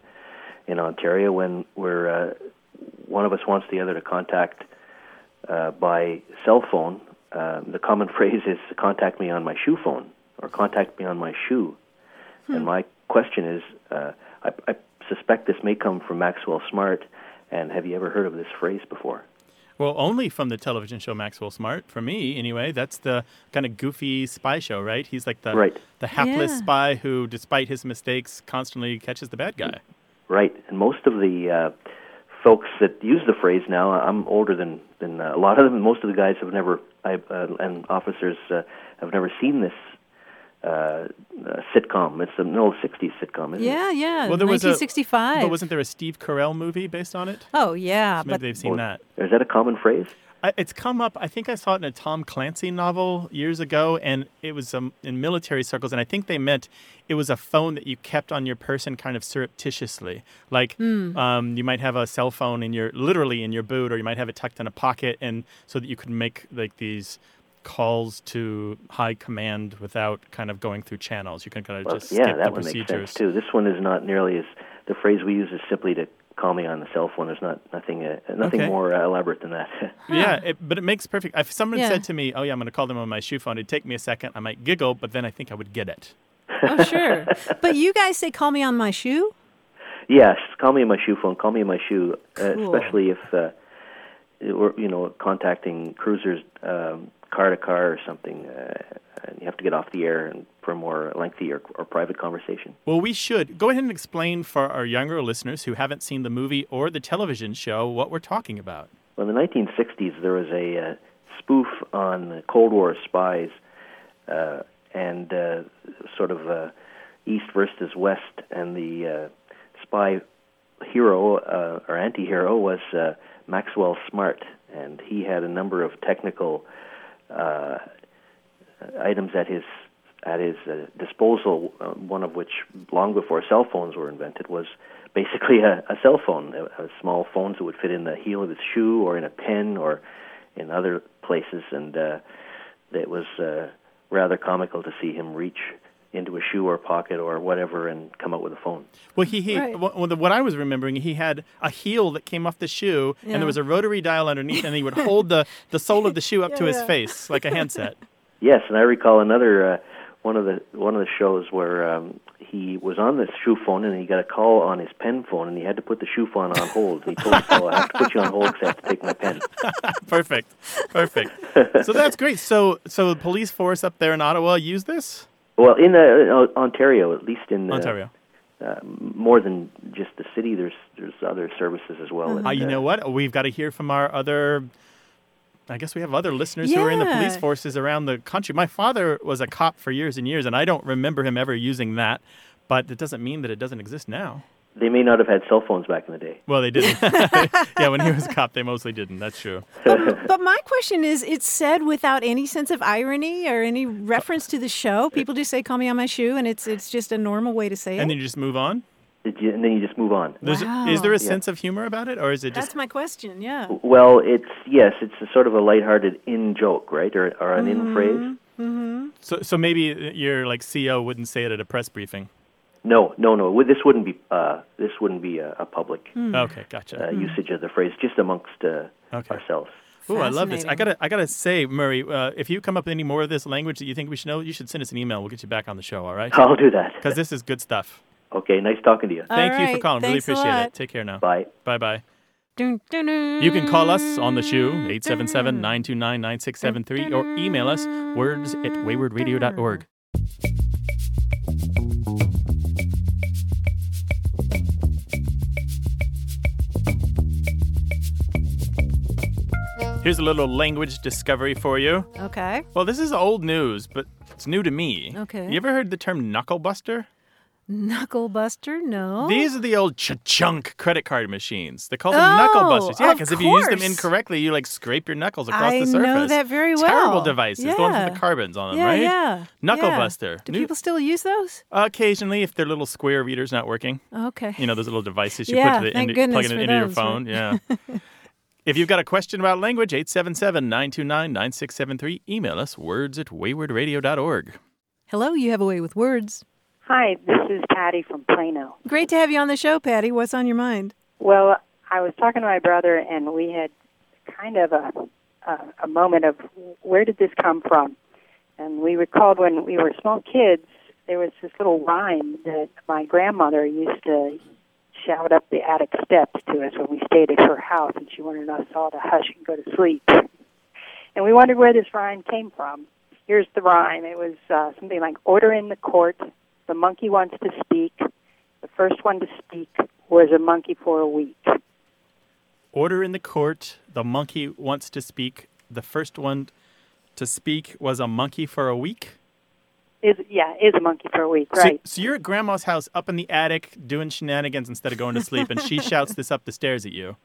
[SPEAKER 9] in Ontario when where uh, one of us wants the other to contact uh, by cell phone. Um, the common phrase is "contact me on my shoe phone" or "contact me on my shoe." And my question is, uh, I, I suspect this may come from Maxwell Smart. And have you ever heard of this phrase before?
[SPEAKER 3] Well, only from the television show Maxwell Smart. For me, anyway, that's the kind of goofy spy show, right? He's like the
[SPEAKER 9] Right.
[SPEAKER 3] the hapless
[SPEAKER 1] Yeah.
[SPEAKER 3] spy who, despite his mistakes, constantly catches the bad guy.
[SPEAKER 9] Right, and most of the uh, folks that use the phrase now, I'm older than than uh, a lot of them. Most of the guys have never, I, uh, and officers uh, have never seen this uh, uh, sitcom. It's an old '60s sitcom, isn't it?
[SPEAKER 1] Yeah, yeah.
[SPEAKER 3] Well, there was a-
[SPEAKER 1] 1965.
[SPEAKER 3] But wasn't there a Steve Carell movie based on it?
[SPEAKER 1] oh, yeah.
[SPEAKER 3] So maybe
[SPEAKER 1] But
[SPEAKER 3] they've seen that.
[SPEAKER 9] Is that a common phrase?
[SPEAKER 3] I, it's come up. I think I saw it in a Tom Clancy novel years ago, and it was um, in military circles. And I think they meant it was a phone that you kept on your person, kind of surreptitiously. Like
[SPEAKER 9] Hmm.
[SPEAKER 3] um, you might have a cell phone in your literally in your boot, or you might have it tucked in a pocket, and so that you could make like these calls to high command without kind of going through channels. You can kind of
[SPEAKER 9] Well,
[SPEAKER 3] just
[SPEAKER 9] yeah,
[SPEAKER 3] skip the
[SPEAKER 9] that one makes
[SPEAKER 3] procedures.
[SPEAKER 9] sense too. This one is not nearly as the phrase we use is simply to call me on the cell phone. There's not nothing uh, nothing
[SPEAKER 3] Okay.
[SPEAKER 9] more uh, elaborate than that.
[SPEAKER 3] Yeah, it, but it makes perfect. If someone
[SPEAKER 1] Yeah.
[SPEAKER 3] said to me, "Oh yeah, I'm going to call them on my shoe phone," it'd take me a second. I might giggle, but then I think I would get it.
[SPEAKER 1] oh, sure. But you guys say, call me on my shoe?
[SPEAKER 9] Yes, call me in my shoe phone. Call me in my shoe, uh,
[SPEAKER 1] Cool.
[SPEAKER 9] especially if uh, it we're you know contacting cruisers um, car to car or something, uh, and you have to get off the air and for a more lengthy or, or private conversation.
[SPEAKER 3] Well, we should go ahead and explain for our younger listeners who haven't seen the movie or the television show what we're talking about.
[SPEAKER 9] Well, in the 1960s, there was a uh, spoof on the Cold War spies uh, and uh, sort of uh, East versus West, and the uh, spy hero uh, or anti-hero was uh, Maxwell Smart, and he had a number of technical uh, items at his at his uh, disposal. Uh, one of which, long before cell phones were invented, was basically a, a cell phone, a, a small phones that would fit in the heel of his shoe or in a pen or in other places, and uh, it was uh, rather comical to see him reach into a shoe or pocket or whatever and come out with a phone.
[SPEAKER 3] Well, he, he
[SPEAKER 1] Right.
[SPEAKER 3] well, the- what I was remembering, he had a heel that came off the shoe, and
[SPEAKER 1] Yeah.
[SPEAKER 3] there was a rotary dial underneath, and he would hold the, the sole of the shoe up to his face like a handset.
[SPEAKER 9] Yes, and I recall another uh, one of the one of the shows where um, he was on the shoe phone and he got a call on his pen phone and he had to put the shoe phone on hold. And he told the fellow, "I have to put you on hold because I have to take my pen."
[SPEAKER 3] perfect, perfect. So that's great. So, so the police force up there in Ottawa use this
[SPEAKER 9] Well, in uh, O- Ontario, at least in uh,
[SPEAKER 3] Ontario.
[SPEAKER 9] more than just the city, there's there's other services as well.
[SPEAKER 3] Uh, you know what? We've got to hear from our other. I guess we have other listeners who are in the police
[SPEAKER 1] Yeah.
[SPEAKER 3] forces around the country. My father was a cop for years and years, and I don't remember him ever using that. But it doesn't mean that it doesn't exist now.
[SPEAKER 9] They may not have had cell phones back in the day.
[SPEAKER 3] Well, they didn't. yeah, when he was a cop, they mostly didn't. That's true.
[SPEAKER 1] But, but my question is it's said without any sense of irony or any reference to the show. People just say, call me on my shoe, and it's, it's just a normal way to say it.
[SPEAKER 3] And then you just move on.
[SPEAKER 9] Did you- and then you just move on.
[SPEAKER 3] There's, Is there a sense of humor about it, or is it just
[SPEAKER 1] That's my question, yeah.
[SPEAKER 3] Oh.
[SPEAKER 9] Well, it's yes, it's a sort of a lighthearted in joke, right, or, or an in
[SPEAKER 1] Mm-hmm.
[SPEAKER 9] phrase.
[SPEAKER 3] so? So maybe uh, your like CEO wouldn't say it at a press briefing.
[SPEAKER 9] No, no, no. Well, This wouldn't be uh, this wouldn't be a, a public
[SPEAKER 1] Hmm.
[SPEAKER 3] Okay,
[SPEAKER 9] uh,
[SPEAKER 3] gotcha.
[SPEAKER 9] usage of the phrase, just amongst uh,
[SPEAKER 3] Okay.
[SPEAKER 9] ourselves.
[SPEAKER 3] Ooh, I love this. I
[SPEAKER 1] Fascinating.
[SPEAKER 3] gotta, I gotta say, Murray, uh, if you come up with any more of this language that you think we should know, you should send us an email. We'll get you back on the show. All right?
[SPEAKER 9] I'll do that.
[SPEAKER 3] Because this is good stuff.
[SPEAKER 9] Okay, nice talking to you.
[SPEAKER 3] Thank you for
[SPEAKER 1] right.
[SPEAKER 3] calling.
[SPEAKER 1] Thanks a
[SPEAKER 3] really appreciate
[SPEAKER 1] lot.
[SPEAKER 3] it. Take care now.
[SPEAKER 9] Bye.
[SPEAKER 3] Bye bye.
[SPEAKER 1] Dun, dun, dun.
[SPEAKER 3] You can call us on the shoe, 877 929 9673, or email us words at waywardradio.org. Here's a little language discovery for you.
[SPEAKER 1] Okay.
[SPEAKER 3] Well, this is old news, but it's new to me.
[SPEAKER 1] Okay.
[SPEAKER 3] You ever heard the term knucklebuster?
[SPEAKER 1] Knucklebuster? No.
[SPEAKER 3] These are the old chunk credit card machines. They call them
[SPEAKER 1] Oh,
[SPEAKER 3] knuckle busters. Yeah,
[SPEAKER 1] of
[SPEAKER 3] because if you use them
[SPEAKER 1] course.
[SPEAKER 3] incorrectly, you like scrape your knuckles across
[SPEAKER 1] I
[SPEAKER 3] the surface.
[SPEAKER 1] know that very well.
[SPEAKER 3] Terrible devices. The ones
[SPEAKER 1] Yeah.
[SPEAKER 3] with the carbons on them,
[SPEAKER 1] yeah,
[SPEAKER 3] right?
[SPEAKER 1] yeah.
[SPEAKER 3] Knuckle
[SPEAKER 1] yeah.
[SPEAKER 3] buster.
[SPEAKER 1] Do
[SPEAKER 3] New-
[SPEAKER 1] people still use those?
[SPEAKER 3] Occasionally, if their little square reader's not working,
[SPEAKER 1] Okay.
[SPEAKER 3] you know those little devices you
[SPEAKER 1] Yeah,
[SPEAKER 3] put to the
[SPEAKER 1] thank
[SPEAKER 3] end,
[SPEAKER 1] goodness
[SPEAKER 3] plugging
[SPEAKER 1] for
[SPEAKER 3] it into your
[SPEAKER 1] those, right?
[SPEAKER 3] phone. Yeah. if you've got a question about language, 877-929-9673. Email us words at waywardradio.org.
[SPEAKER 1] Hello, you have a way with words.
[SPEAKER 10] Hi, this is Patty from Plano.
[SPEAKER 1] Great to have you on the show, Patty. What's on your mind?
[SPEAKER 10] Well, I was talking to my brother, and we had kind of a a, a moment of where did this come from? And we recalled when we were small kids, there was this little rhyme that my grandmother used to shout up the attic steps to us when we stayed at her house, and she wanted us all to hush and go to sleep. And we wondered where this rhyme came from. Here's the rhyme. It was uh, something like "Order in the court, the monkey wants to speak." The first one to speak was a monkey for a week.
[SPEAKER 3] Order in the court. The monkey wants to speak. The first one to speak was a monkey for a week.
[SPEAKER 10] Is yeah, is a monkey for a week,
[SPEAKER 3] So-
[SPEAKER 10] right?
[SPEAKER 3] So, you're at grandma's house up in the attic doing shenanigans instead of going to sleep, and she shouts this up the stairs at you.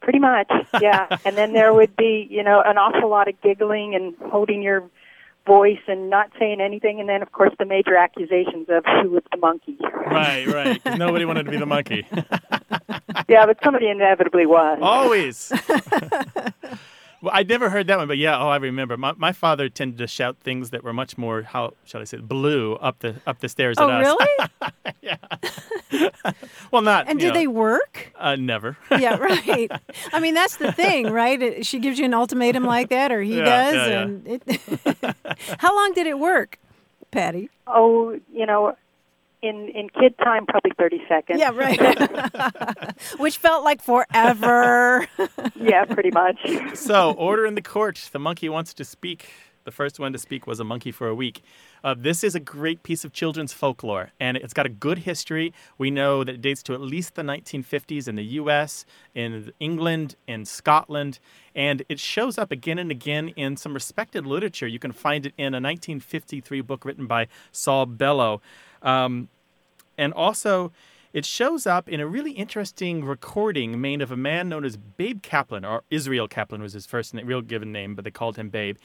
[SPEAKER 10] Pretty much, yeah. and then there would be, you know, an awful lot of giggling and holding your voice and not saying anything, and then of course the major accusations of who was the monkey.
[SPEAKER 3] Right, right. 'cause nobody wanted to be the monkey.
[SPEAKER 10] yeah, but somebody inevitably was.
[SPEAKER 3] Always. well, I'd never heard that one, but yeah, oh, I remember. My, my father tended to shout things that were much more, how shall I say, it, blue up the up the stairs
[SPEAKER 1] oh,
[SPEAKER 3] at us.
[SPEAKER 1] really?
[SPEAKER 3] Well, not.
[SPEAKER 1] And
[SPEAKER 3] you
[SPEAKER 1] did
[SPEAKER 3] know,
[SPEAKER 1] they work?
[SPEAKER 3] Uh, never.
[SPEAKER 1] yeah, right. I mean, that's the thing, right? It- She gives you an ultimatum like that, or he
[SPEAKER 3] Yeah,
[SPEAKER 1] does.
[SPEAKER 3] yeah, yeah.
[SPEAKER 1] and It, how long did it work, Patty?
[SPEAKER 10] Oh, you know, in in kid time, probably thirty seconds.
[SPEAKER 1] Yeah, right. Which felt like forever.
[SPEAKER 10] yeah, pretty much.
[SPEAKER 3] so, order in the court. The monkey wants to speak. The first one to speak was a monkey for a week. Uh, this is a great piece of children's folklore, and it's got a good history. We know that it dates to at least the 1950s in the U.S., in England, in Scotland, and it shows up again and again in some respected literature. You can find it in a 1953 book written by Saul Bellow. Um, and also, it shows up in a really interesting recording made of a man known as Babe Kaplan, or Israel Kaplan was his first name, real given name, but they called him Babe.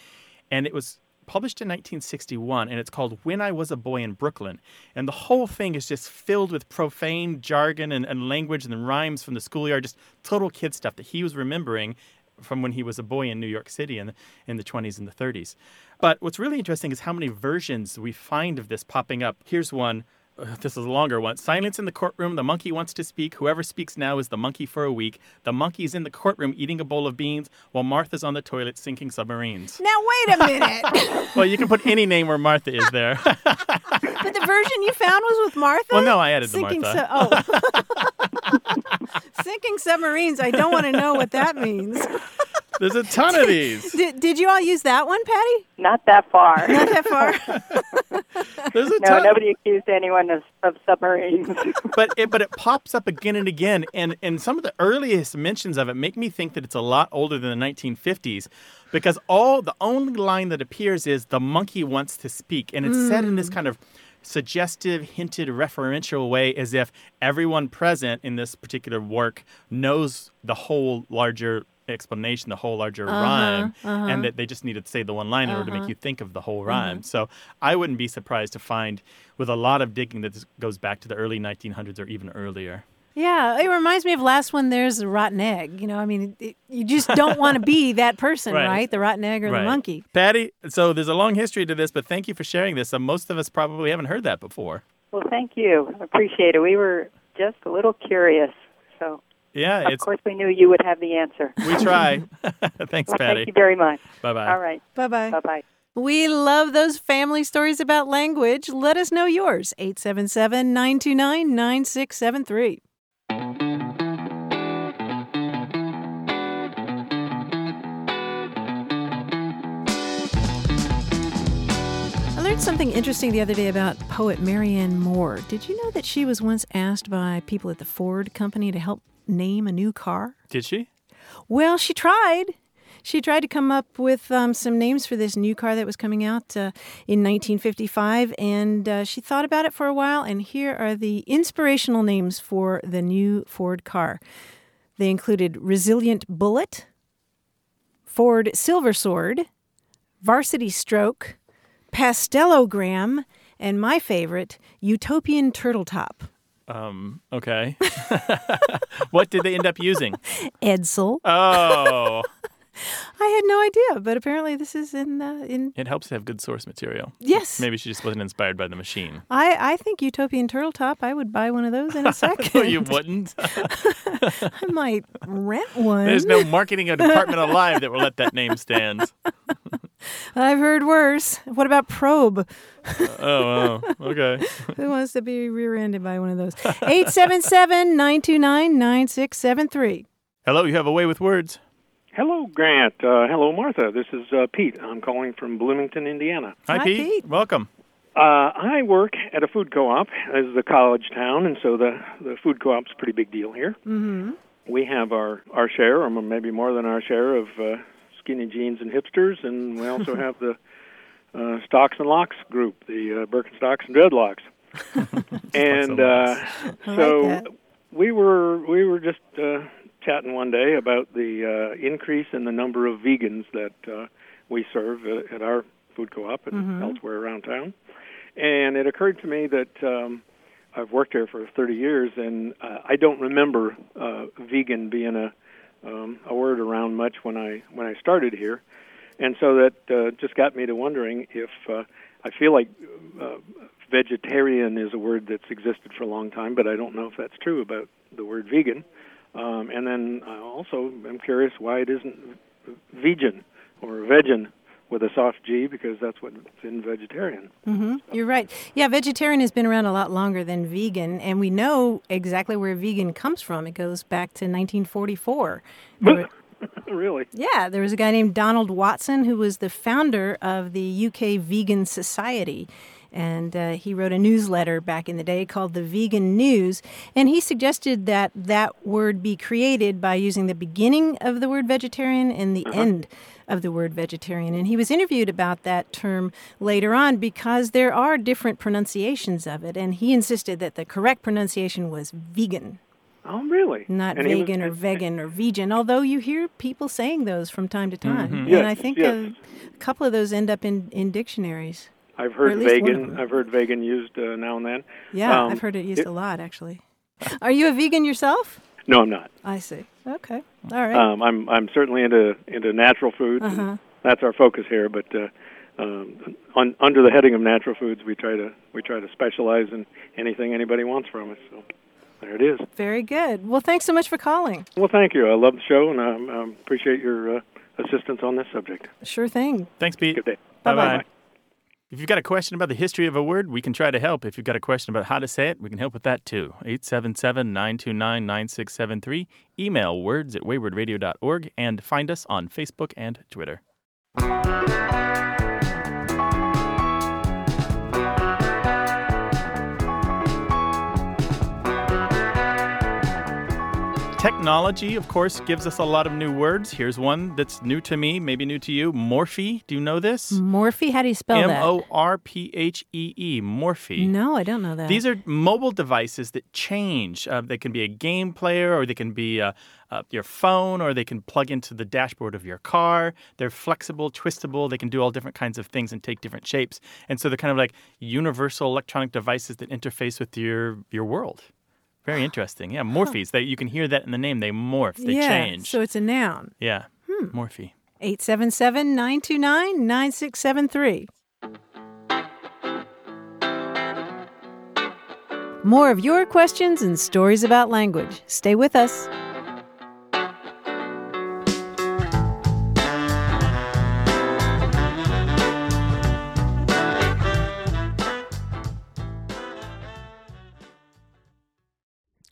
[SPEAKER 3] And it was published in 1961, and it's called When I Was a Boy in Brooklyn. And the whole thing is just filled with profane jargon and, and language and rhymes from the schoolyard, just total kid stuff that he was remembering from when he was a boy in New York City in the, in the 20s and the 30s. But what's really interesting is how many versions we find of this popping up. Here's one. uh, This is a longer one. Silence in the courtroom. The monkey wants to speak. Whoever speaks now is the monkey for a week. The monkey's in the courtroom eating a bowl of beans while Martha's on the toilet sinking submarines.
[SPEAKER 1] Now, wait a minute.
[SPEAKER 3] well, you can put any name where Martha is there.
[SPEAKER 1] but the version you found was with Martha?
[SPEAKER 3] well, no, I added the
[SPEAKER 1] Sinking
[SPEAKER 3] Martha.
[SPEAKER 1] su- oh. Sinking submarines. I don't want to know what that means.
[SPEAKER 3] There's a ton of these.
[SPEAKER 1] Did, did you all use that one, Patty?
[SPEAKER 10] Not that far.
[SPEAKER 1] Not that far.
[SPEAKER 3] There's a
[SPEAKER 10] No,
[SPEAKER 3] ton.
[SPEAKER 10] nobody accused anyone of, of submarines.
[SPEAKER 3] but it, but it pops up again and again, and and some of the earliest mentions of it make me think that it's a lot older than the 1950s, because all the only line that appears is the monkey wants to speak, and it's said in this kind of suggestive, hinted, referential way, as if everyone present in this particular work knows the whole larger explanation, the whole larger rhyme, and that they just needed to say the one line in order to make you think of the whole rhyme.
[SPEAKER 10] Mm-hmm.
[SPEAKER 3] So I wouldn't be surprised to find, with a lot of digging, that this goes back to the early 1900s or even earlier.
[SPEAKER 1] yeah, it reminds me of last one. There's a rotten egg. You know, I mean, it, you just don't want to be that person,
[SPEAKER 3] Right.
[SPEAKER 1] right? The rotten egg or the monkey.
[SPEAKER 3] Patty, so there's a long history to this, but thank you for sharing this. Uh, most of us probably haven't heard that before.
[SPEAKER 10] well, thank you. I Appreciate it. We were just a little curious, so
[SPEAKER 3] Yeah,
[SPEAKER 10] Of
[SPEAKER 3] it's
[SPEAKER 10] course, we knew you would have the answer.
[SPEAKER 3] we try. Thanks,
[SPEAKER 10] Well,
[SPEAKER 3] Patty.
[SPEAKER 10] thank you very much.
[SPEAKER 3] Bye bye.
[SPEAKER 10] All right.
[SPEAKER 1] Bye bye.
[SPEAKER 10] Bye bye.
[SPEAKER 1] We love those family stories about language. Let us know yours. 877 929 9673. I learned something interesting the other day about poet Marianne Moore. Did you know that she was once asked by people at the Ford company to help name a new car?
[SPEAKER 3] Did she?
[SPEAKER 1] Well, she tried. She tried to come up with um, some names for this new car that was coming out uh, in 1955, and uh, she thought about it for a while. And here are the inspirational names for the new Ford car. They included Resilient Bullet, Ford Silver Sword, Varsity Stroke, Pastelogram, and my favorite, Utopian Turtle Top.
[SPEAKER 3] Um, okay. what did they end up using?
[SPEAKER 1] Edsel.
[SPEAKER 3] Oh,
[SPEAKER 1] I had no idea, but apparently this is in uh, in.
[SPEAKER 3] it helps to have good source material.
[SPEAKER 1] Yes.
[SPEAKER 3] Maybe she just wasn't inspired by the machine.
[SPEAKER 1] I, I think Utopian Turtle Top. I would buy one of those in a second.
[SPEAKER 3] No, Oh, you wouldn't.
[SPEAKER 1] I might rent one.
[SPEAKER 3] There's no marketing department alive that will let that name stand.
[SPEAKER 1] I've heard worse. What about Probe?
[SPEAKER 3] Oh, wow. okay.
[SPEAKER 1] Who wants to be rear-ended by one of those? 877-929-9673.
[SPEAKER 3] Hello, you have a way with words.
[SPEAKER 11] Hello, Grant. Uh, hello, Martha. This is uh, Pete. I'm calling from Bloomington, Indiana.
[SPEAKER 3] Hi, Pete. Welcome.
[SPEAKER 11] Uh, I work at a food co-op as a college town, and so the the food co-op's a pretty big deal here.
[SPEAKER 1] Mm-hmm.
[SPEAKER 11] We have our our share, or maybe more than our share, of uh, skinny jeans and hipsters, and we also have the uh, stocks and locks group, the uh, Birkenstocks and dreadlocks. and uh,
[SPEAKER 1] I like
[SPEAKER 11] so
[SPEAKER 1] that.
[SPEAKER 11] we were we were just uh, chatting one day about the uh, increase in the number of vegans that uh, we serve uh, at our food co-op and
[SPEAKER 12] Mhm.
[SPEAKER 11] elsewhere around town. And it occurred to me that um, I've worked here for 30 years, and uh, I don't remember uh, vegan being a um, a word around much when I when I started here, and so that uh, just got me to wondering if uh, I feel like uh, vegetarian is a word that's existed for a long time, but I don't know if that's true about the word vegan. Um, and then I also am curious why it isn't vegan or vegan with a soft G because that's what's in vegetarian.
[SPEAKER 1] hmm You're right. Yeah, vegetarian has been around a lot longer than vegan, and we know exactly where vegan comes from. It goes back to 1944. There were-
[SPEAKER 11] really?
[SPEAKER 1] yeah, there was a guy named Donald Watson who was the founder of the UK Vegan Society. And uh, he wrote a newsletter back in the day called the Vegan News. And he suggested that that word be created by using the beginning of the word vegetarian and the
[SPEAKER 11] Uh-huh.
[SPEAKER 1] end of the word vegetarian. And he was interviewed about that term later on because there are different pronunciations of it. And he insisted that the correct pronunciation was vegan.
[SPEAKER 11] Oh, really?
[SPEAKER 1] Not
[SPEAKER 11] And he was-
[SPEAKER 1] vegan or vegan or vegan, although you hear people saying those from time to time.
[SPEAKER 11] Mhm.
[SPEAKER 1] And
[SPEAKER 11] Yes,
[SPEAKER 1] I think
[SPEAKER 11] yes.
[SPEAKER 1] a, a couple of those end up in, in dictionaries.
[SPEAKER 11] I've
[SPEAKER 1] Or at
[SPEAKER 11] heard
[SPEAKER 1] least one of
[SPEAKER 11] vegan. I've heard vegan used uh, now and then.
[SPEAKER 1] Yeah,
[SPEAKER 11] Um,
[SPEAKER 1] I've heard it used a lot, actually. Are you a vegan yourself?
[SPEAKER 11] No, I'm not.
[SPEAKER 1] I see. Okay. All right.
[SPEAKER 11] Um, I'm I'm certainly into into natural foods. and
[SPEAKER 1] Uh-huh.
[SPEAKER 11] That's our focus here. But uh, um, on, under the heading of natural foods, we try to we try to specialize in anything anybody wants from us. So there it is.
[SPEAKER 1] Very good. Well, thanks so much for calling.
[SPEAKER 11] Well, thank you. I love the show, and I um, appreciate your uh, assistance on this subject.
[SPEAKER 1] Sure thing.
[SPEAKER 3] Thanks, Pete. Good
[SPEAKER 11] day.
[SPEAKER 3] Bye
[SPEAKER 11] Bye-bye.
[SPEAKER 3] bye. If you've got a question about the history of a word, we can try to help. If you've got a question about how to say it, we can help with that too. 877 929 9673. Email words at waywardradio.org and find us on Facebook and Twitter. Technology, of course, gives us a lot of new words. Here's one that's new to me, maybe new to you. Morphe. Do you know this?
[SPEAKER 1] Morphe, how do you spell
[SPEAKER 3] M
[SPEAKER 1] that?
[SPEAKER 3] O R P H E E, Morphe.
[SPEAKER 1] No, I don't know that.
[SPEAKER 3] These are mobile devices that change. Uh, they can be a game player, or they can be uh, uh, your phone, or they can plug into the dashboard of your car. They're flexible, twistable. They can do all different kinds of things and take different shapes. And so they're kind of like universal electronic devices that interface with your your world. Very interesting. Yeah, Morphes. They, you can hear that in the name. They morph. They
[SPEAKER 1] yeah,
[SPEAKER 3] change.
[SPEAKER 1] So it's a noun.
[SPEAKER 3] yeah. Morphe.
[SPEAKER 1] 877 929 9673. More of your questions and stories about language. Stay with us.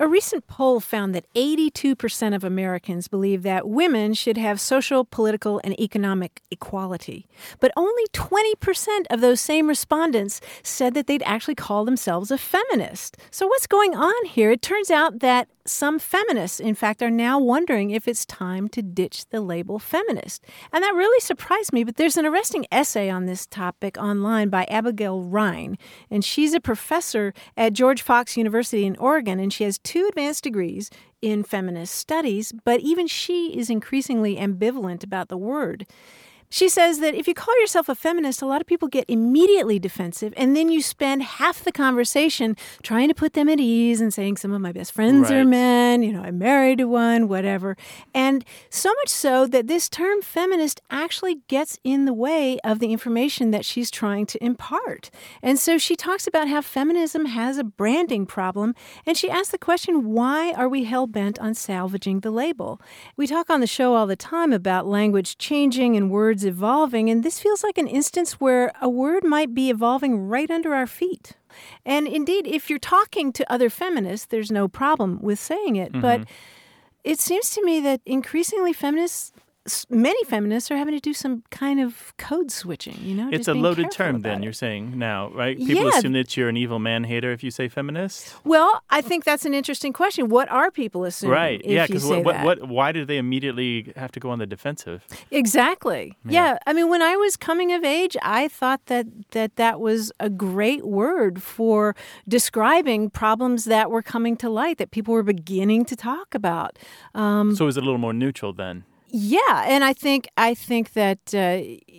[SPEAKER 1] A recent poll found that 82% of Americans believe that women should have social, political, and economic equality. But only 20% of those same respondents said that they'd actually call themselves a feminist. So, what's going on here? It turns out that some feminists, in fact, are now wondering if it's time to ditch the label feminist. And that really surprised me, but there's an arresting essay on this topic online by Abigail Rhine. And she's a professor at George Fox University in Oregon, and she has two advanced degrees in feminist studies, but even she is increasingly ambivalent about the word. She says that if you call yourself a feminist, a lot of people get immediately defensive, and then you spend half the conversation trying to put them at ease and saying, Some of my best friends are
[SPEAKER 12] Right.
[SPEAKER 1] men, you know, I'm married to one, whatever. And so much so that this term feminist actually gets in the way of the information that she's trying to impart. And so she talks about how feminism has a branding problem, and she asks the question, Why are we hell bent on salvaging the label? We talk on the show all the time about language changing and words evolving, and this feels like an instance where a word might be evolving right under our feet. And indeed, if you're talking to other feminists, there's no problem with saying it. But
[SPEAKER 12] Mhm.
[SPEAKER 3] Mm-hmm.
[SPEAKER 1] it seems to me that increasingly feminists, s- many feminists, are having to do some kind of code switching. You know,
[SPEAKER 3] It's
[SPEAKER 1] just
[SPEAKER 3] a
[SPEAKER 1] being
[SPEAKER 3] loaded
[SPEAKER 1] careful
[SPEAKER 3] term,
[SPEAKER 1] about
[SPEAKER 3] then,
[SPEAKER 1] it.
[SPEAKER 3] you're saying now, right? People
[SPEAKER 1] Yeah.
[SPEAKER 3] assume that you're an evil man hater if you say feminist.
[SPEAKER 1] Well, I think that's an interesting question. What are people assuming?
[SPEAKER 3] right.
[SPEAKER 1] If
[SPEAKER 3] yeah,
[SPEAKER 1] because
[SPEAKER 3] what, what, what, why do they immediately have to go on the defensive?
[SPEAKER 1] Exactly. Yeah. I mean, when I was coming of age, I thought that, that that was a great word for describing problems that were coming to light that people were beginning to talk about. Um,
[SPEAKER 3] so is it a little more neutral then?
[SPEAKER 1] yeah, and I think I think that uh,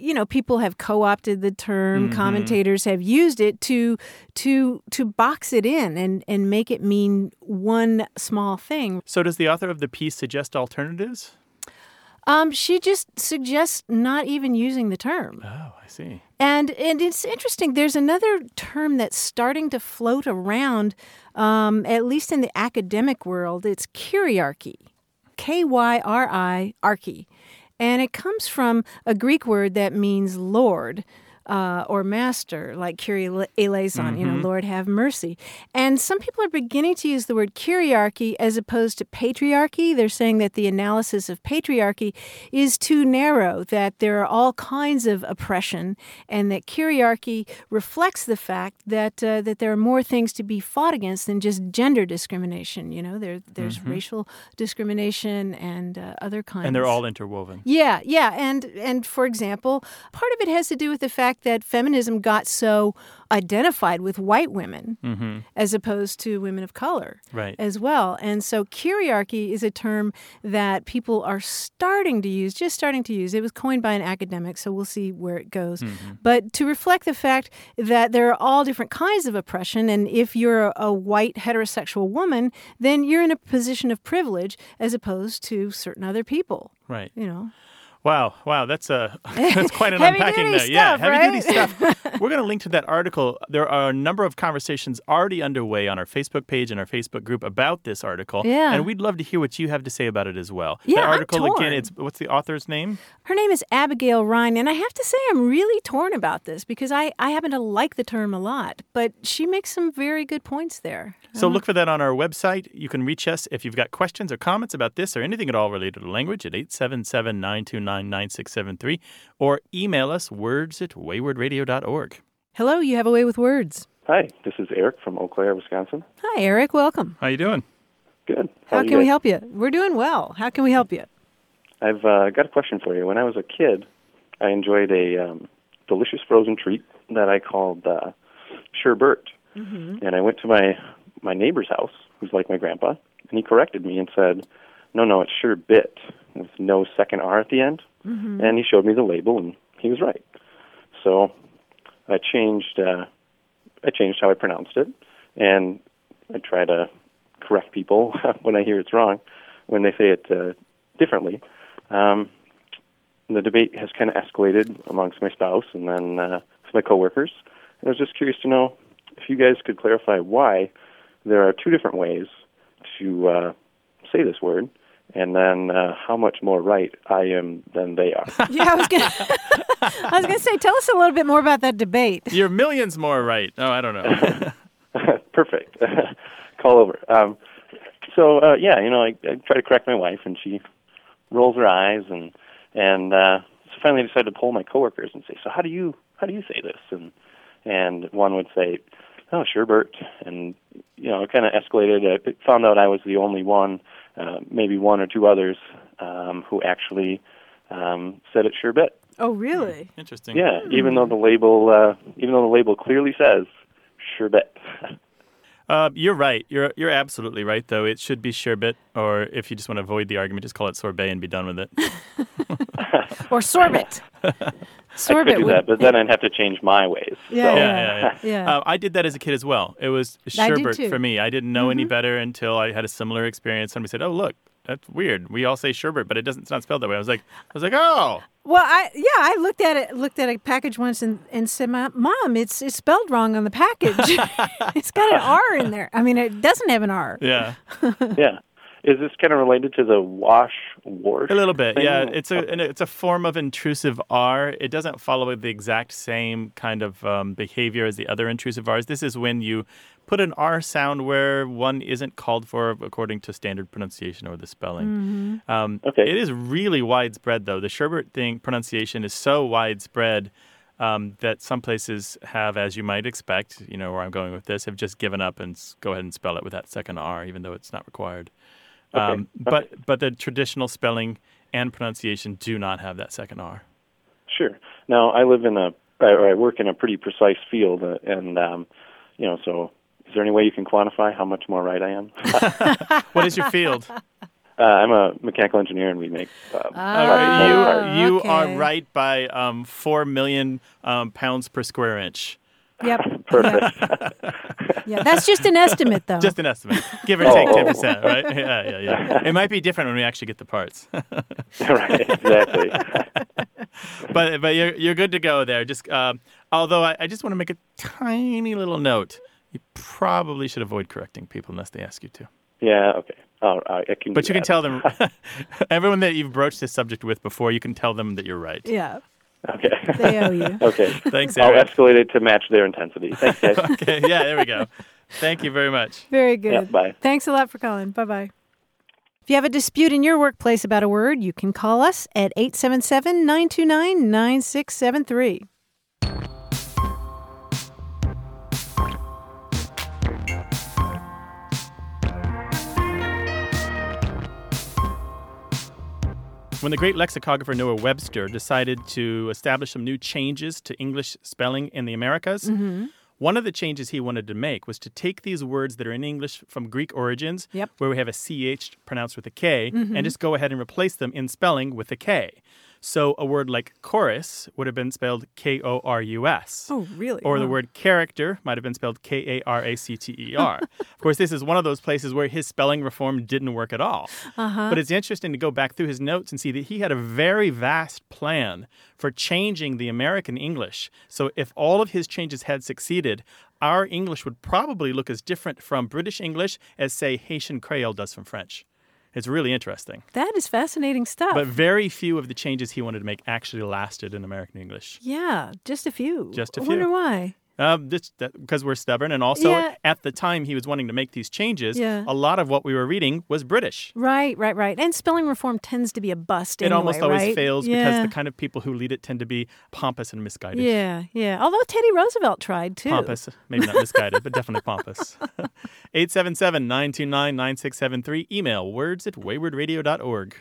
[SPEAKER 1] you know people have co-opted the term.
[SPEAKER 3] Mhm.
[SPEAKER 1] Commentators have used it to to to box it in and and make it mean one small thing.
[SPEAKER 3] So does the author of the piece suggest alternatives?
[SPEAKER 1] Um, she just suggests not even using the term.
[SPEAKER 3] Oh, I see.
[SPEAKER 1] And and it's interesting. There's another term that's starting to float around, um, at least in the academic world. It's kyriarchy, K Y R I archy, and it comes from a Greek word that means lord. Uh, or master, like Kyrie eleison, you know,
[SPEAKER 12] Mhm.
[SPEAKER 1] Lord have mercy. And some people are beginning to use the word kyriarchy as opposed to patriarchy. They're saying that the analysis of patriarchy is too narrow, that there are all kinds of oppression, and that kyriarchy reflects the fact that uh, that there are more things to be fought against than just gender discrimination. You know, there there's
[SPEAKER 3] Mhm.
[SPEAKER 1] racial discrimination and uh, other kinds.
[SPEAKER 3] And they're all interwoven.
[SPEAKER 1] Yeah, yeah, and and for example, part of it has to do with the fact that feminism got so identified with white women
[SPEAKER 3] Mm-hmm.
[SPEAKER 1] as opposed to women of color
[SPEAKER 3] Right.
[SPEAKER 1] as well. And so kyriarchy is a term that people are starting to use, just starting to use. It was coined by an academic, so we'll see where it goes.
[SPEAKER 12] Mhm.
[SPEAKER 1] But to reflect the fact that there are all different kinds of oppression, and if you're a, a white heterosexual woman, then you're in a position of privilege as opposed to certain other people.
[SPEAKER 3] Right.
[SPEAKER 1] You know,
[SPEAKER 3] Wow, wow, that's a that's quite an
[SPEAKER 1] Heavy
[SPEAKER 3] unpacking
[SPEAKER 1] duty
[SPEAKER 3] there. yeah,
[SPEAKER 1] stuff,
[SPEAKER 3] heavy duty
[SPEAKER 1] right?
[SPEAKER 3] stuff. We're going to link to that article. There are a number of conversations already underway on our Facebook page and our Facebook group about this article.
[SPEAKER 1] Yeah.
[SPEAKER 3] and we'd love to hear what you have to say about it as well.
[SPEAKER 1] Yeah,
[SPEAKER 3] that
[SPEAKER 1] I'm
[SPEAKER 3] article
[SPEAKER 1] torn.
[SPEAKER 3] again. It's what's the author's name?
[SPEAKER 1] Her name is Abigail Ryan, and I have to say I'm really torn about this because I, I happen to like the term a lot, but she makes some very good points there. Um,
[SPEAKER 3] So look for that on our website. You can reach us if you've got questions or comments about this or anything at all related to language at 877-929-9673 or email us words at waywardradio.org.
[SPEAKER 1] Hello, you have a way with words.
[SPEAKER 13] Hi, this is Eric from Eau Claire, Wisconsin.
[SPEAKER 1] Hi, Eric. Welcome.
[SPEAKER 3] How you doing?
[SPEAKER 13] Good.
[SPEAKER 1] How,
[SPEAKER 13] are you
[SPEAKER 1] can we
[SPEAKER 13] guys?
[SPEAKER 1] help you? We're doing well. How can we help you?
[SPEAKER 13] I've uh, got a question for you. When I was a kid, I enjoyed a um, delicious frozen treat that I called uh, sherbet,
[SPEAKER 1] Mm-hmm.
[SPEAKER 13] and I went to my my neighbor's house, who's like my grandpa, and he corrected me and said, "No, no, it's sherbet with no second R at the end."
[SPEAKER 1] Mm-hmm.
[SPEAKER 12] Mm-hmm.
[SPEAKER 13] And he showed me the label, and he was right. So I changed uh, I changed how I pronounced it, and I try to correct people when I hear it's wrong, when they say it uh, differently. Um, the debate has kind of escalated amongst my spouse and then uh, my coworkers. And I was just curious to know if you guys could clarify why there are two different ways to uh, say this word, and then uh, how much more right I am than they are.
[SPEAKER 1] Yeah, I was gonna. I was gonna say, tell us a little bit more about that debate.
[SPEAKER 3] You're millions more right. Oh, I don't know.
[SPEAKER 13] Perfect. Call over. Um, so uh, yeah, you know, I, I try to correct my wife, and she rolls her eyes, and and uh, so finally I decided to poll my coworkers and say, so how do you how do you say this? And and one would say, oh, sure, Bert, and you know, it kind of escalated. I found out I was the only one, uh, maybe one or two others, um, who actually um, said it sure bit.
[SPEAKER 1] Oh, really?
[SPEAKER 3] Interesting.
[SPEAKER 13] Yeah,
[SPEAKER 1] Hmm.
[SPEAKER 13] even though the label, uh, even though the label clearly says sure bit.
[SPEAKER 3] Uh, you're right. You're you're absolutely right. Though it should be sherbet, or if you just want to avoid the argument, just call it sorbet and be done with it.
[SPEAKER 1] Hmm. Or sorbet.
[SPEAKER 13] I
[SPEAKER 1] sorbet.
[SPEAKER 13] could do
[SPEAKER 1] would-
[SPEAKER 13] that, but then I'd have to change my ways.
[SPEAKER 1] Yeah,
[SPEAKER 13] so.
[SPEAKER 1] yeah, yeah.
[SPEAKER 3] Uh, I did that as a kid as well. It was
[SPEAKER 1] I did
[SPEAKER 3] sherbet
[SPEAKER 1] too. Mm-hmm.
[SPEAKER 3] for me. I didn't know any better until I had a similar experience. Somebody said, "Oh, look, that's weird. We all say sherbet, but it doesn't. It's not spelled that way." I was like, I was like, "Oh,
[SPEAKER 1] Well, I yeah, I looked at it looked at a package once and, and said, "Mom, Mom, it's it's spelled wrong on the package. it's got an R in there. I mean, it doesn't have an R.
[SPEAKER 3] yeah."
[SPEAKER 13] yeah. Is this kind of related to the wash wash?
[SPEAKER 3] A little bit,
[SPEAKER 13] thing?
[SPEAKER 3] yeah. It's a and it's a form of intrusive R. It doesn't follow the exact same kind of um, behavior as the other intrusive R's. This is when you put an R sound where one isn't called for according to standard pronunciation or the spelling. Um,
[SPEAKER 13] Okay.
[SPEAKER 3] It is really widespread, though. The sherbet thing pronunciation is so widespread um, that some places have, as you might expect, you know where I'm going with this, have just given up and s- go ahead and spell it with that second R, even though it's not required. Um, but but the traditional spelling and pronunciation do not have that second R.
[SPEAKER 13] Sure. Now I live in a or I work in a pretty precise field, uh, and um, you know, so is there any way you can quantify how much more right I am?
[SPEAKER 3] What is your field?
[SPEAKER 13] uh, I'm a mechanical engineer, and we make. Uh,
[SPEAKER 3] Ah. you you
[SPEAKER 1] okay.
[SPEAKER 3] are right by um, four million um, pounds per square inch.
[SPEAKER 1] Yep.
[SPEAKER 13] Perfect.
[SPEAKER 1] Yeah. yeah, that's just an estimate, though.
[SPEAKER 3] Just an estimate, give or
[SPEAKER 13] Oh,
[SPEAKER 3] take
[SPEAKER 13] oh, oh.
[SPEAKER 3] ten percent, right? Yeah, yeah, yeah. It might be different when we actually get the parts.
[SPEAKER 13] right. Exactly.
[SPEAKER 3] but but you're you're good to go there. Just um, although I, I just want to make a tiny little note. You probably should avoid correcting people unless they ask you to.
[SPEAKER 13] yeah. Okay. All right. Oh, I can.
[SPEAKER 3] But
[SPEAKER 13] do
[SPEAKER 3] you can
[SPEAKER 13] that.
[SPEAKER 3] tell them everyone that you've broached this subject with before. You can tell them that you're right.
[SPEAKER 1] yeah,
[SPEAKER 13] Okay.
[SPEAKER 1] they owe you.
[SPEAKER 13] okay.
[SPEAKER 3] Thanks,
[SPEAKER 13] I'll
[SPEAKER 3] Eric.
[SPEAKER 13] escalate it to match their intensity. Thanks, guys.
[SPEAKER 3] okay, yeah, there we go. Thank you very much.
[SPEAKER 1] Very good.
[SPEAKER 13] Yeah, bye.
[SPEAKER 1] Thanks a lot for calling. Bye bye. If you have a dispute in your workplace about a word, you can call us at 877 929 9673.
[SPEAKER 3] When the great lexicographer Noah Webster decided to establish some new changes to English spelling in the Americas,
[SPEAKER 1] Mm-hmm.
[SPEAKER 3] one of the changes he wanted to make was to take these words that are in English from Greek origins,
[SPEAKER 1] Yep. Mm-hmm.
[SPEAKER 3] where we have a CH pronounced with a K, and just go ahead and replace them in spelling with a K. So a word like chorus would have been spelled K O R U S.
[SPEAKER 1] Oh, really?
[SPEAKER 3] Or the
[SPEAKER 1] Wow.
[SPEAKER 3] word character might have been spelled K A R A C T E R. Of course, this is one of those places where his spelling reform didn't work at all.
[SPEAKER 1] Uh-huh.
[SPEAKER 3] But it's interesting to go back through his notes and see that he had a very vast plan for changing the American English. So if all of his changes had succeeded, our English would probably look as different from British English as, say, Haitian Creole does from French. It's really interesting.
[SPEAKER 1] That is fascinating stuff.
[SPEAKER 3] But very few of the changes he wanted to make actually lasted in American English.
[SPEAKER 1] yeah, just a few.
[SPEAKER 3] Just a
[SPEAKER 1] I wonder
[SPEAKER 3] few.
[SPEAKER 1] why.
[SPEAKER 3] Um, this because we're stubborn, and also
[SPEAKER 1] Yeah.
[SPEAKER 3] at the time he was wanting to make these changes,
[SPEAKER 1] Yeah.
[SPEAKER 3] a lot of what we were reading was British.
[SPEAKER 1] Right, right, right. And spelling reform tends to be a bust.
[SPEAKER 3] it almost
[SPEAKER 1] anyway,
[SPEAKER 3] always
[SPEAKER 1] right?
[SPEAKER 3] fails
[SPEAKER 1] yeah.
[SPEAKER 3] because the kind of people who lead it tend to be pompous and misguided.
[SPEAKER 1] Yeah, yeah. Although Teddy Roosevelt tried too.
[SPEAKER 3] Pompous, maybe not misguided, but definitely pompous. 877 929 9673. Email words at waywardradio.org.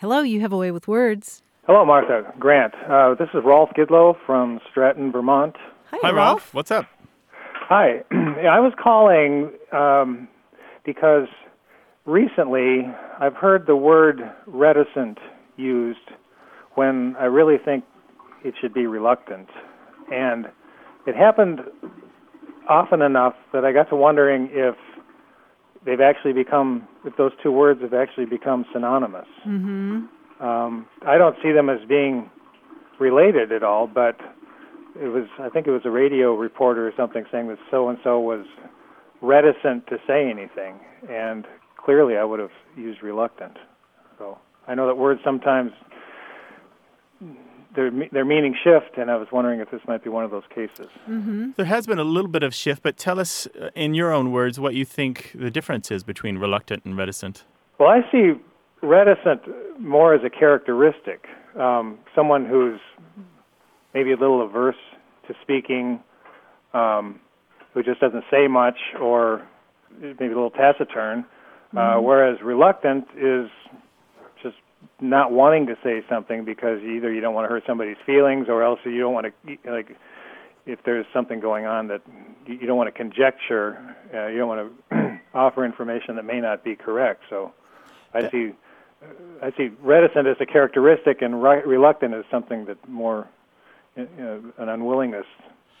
[SPEAKER 1] Hello, you have a way with words.
[SPEAKER 12] Hello, Martha. Grant. Uh, this is Rolf Gidlow from Stratton, Vermont.
[SPEAKER 1] Hi,
[SPEAKER 3] Hi, Ralph. What's up?
[SPEAKER 12] Hi. Yeah, I was calling um, because recently I've heard the word reticent used when I really think it should be reluctant. And it happened often enough that I got to wondering if they've actually become, if those two words have actually become synonymous.
[SPEAKER 1] Mm-hmm.
[SPEAKER 12] Um, I don't see them as being related at all, but it was I think it was a radio reporter or something saying that so and so was reticent to say anything, and clearly I would have used reluctant. So I know that words sometimes their their meaning shift, and I was wondering if this might be one of those cases.
[SPEAKER 1] Mm-hmm.
[SPEAKER 3] There has been a little bit of shift, but tell us uh, in your own words what you think the difference is between reluctant and reticent.
[SPEAKER 12] Well, I see reticent more as a characteristic, um, someone who's maybe a little averse to speaking, um, who just doesn't say much, or maybe a little taciturn. Uh,
[SPEAKER 14] Mhm.
[SPEAKER 12] whereas reluctant is just not wanting to say something because either you don't want to hurt somebody's feelings, or else you don't want to like if there's something going on that you you don't want to conjecture, uh, you don't want to offer information that may not be correct. So I see I see reticent as a characteristic and re- reluctant as something that more you know, an unwillingness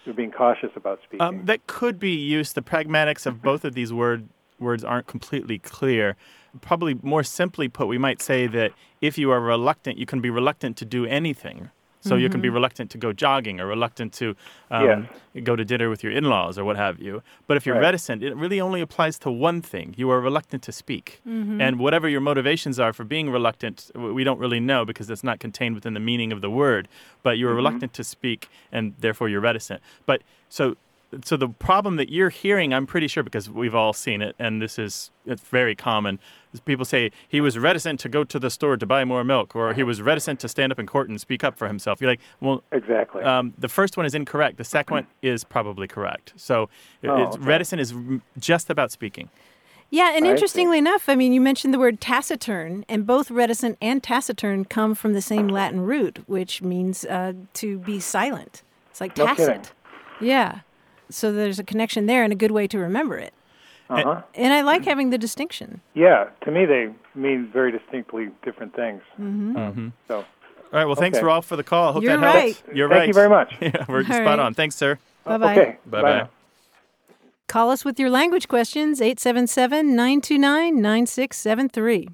[SPEAKER 12] to being cautious about speaking.
[SPEAKER 3] Um, that could be used. The pragmatics of both of these word, words aren't completely clear. Probably more simply put, we might say that if you are reluctant, you can be reluctant to do anything. So you can be
[SPEAKER 15] Mhm.
[SPEAKER 3] reluctant to go jogging or reluctant to um, go to dinner with your in laws or what have you. But if you're
[SPEAKER 15] Right.
[SPEAKER 3] reticent, it really only applies to one thing you are reluctant to speak.
[SPEAKER 15] Mhm.
[SPEAKER 3] And whatever your motivations are for being reluctant, w- we don't really know because that's not contained within the meaning of the word. But you're
[SPEAKER 1] Mm-hmm.
[SPEAKER 15] Mhm.
[SPEAKER 3] reluctant to speak, and therefore you're reticent. But so, so the problem that you're hearing, I'm pretty sure, because we've all seen it, and this is it's very common. is People say he was reticent to go to the store to buy more milk, or he was reticent to stand up in court and speak up for himself. You're like, well,
[SPEAKER 12] exactly.
[SPEAKER 3] Um, the first one is incorrect. The second one is probably correct. So, it-
[SPEAKER 1] Mm-hmm. Oh,
[SPEAKER 3] it's,
[SPEAKER 1] okay.
[SPEAKER 3] reticent is m- just about speaking.
[SPEAKER 1] Yeah, and
[SPEAKER 3] I see.
[SPEAKER 1] interestingly enough, I mean, you mentioned the word taciturn, and both reticent and taciturn come from the same Latin root, which means uh, to be silent. It's like
[SPEAKER 3] No
[SPEAKER 1] tacit.
[SPEAKER 3] kidding.
[SPEAKER 1] yeah. So there's a connection there and a good way to remember it.
[SPEAKER 12] Uh-huh.
[SPEAKER 1] And I like having the distinction.
[SPEAKER 12] Yeah, to me they mean very distinctly different things.
[SPEAKER 1] Mm-hmm.
[SPEAKER 12] So, all
[SPEAKER 3] All right. Well, thanks, Rolf, for the call. Hope
[SPEAKER 12] You're
[SPEAKER 3] that helps.
[SPEAKER 12] right.
[SPEAKER 3] You're
[SPEAKER 12] Thank
[SPEAKER 3] right.
[SPEAKER 12] you very much.
[SPEAKER 3] Yeah, we're
[SPEAKER 1] All
[SPEAKER 3] spot
[SPEAKER 1] right.
[SPEAKER 3] on. Thanks, sir.
[SPEAKER 1] Bye-bye.
[SPEAKER 12] Okay.
[SPEAKER 3] Bye
[SPEAKER 12] Bye
[SPEAKER 3] bye.
[SPEAKER 12] now.
[SPEAKER 1] Call us with your language questions, 877 929 9673.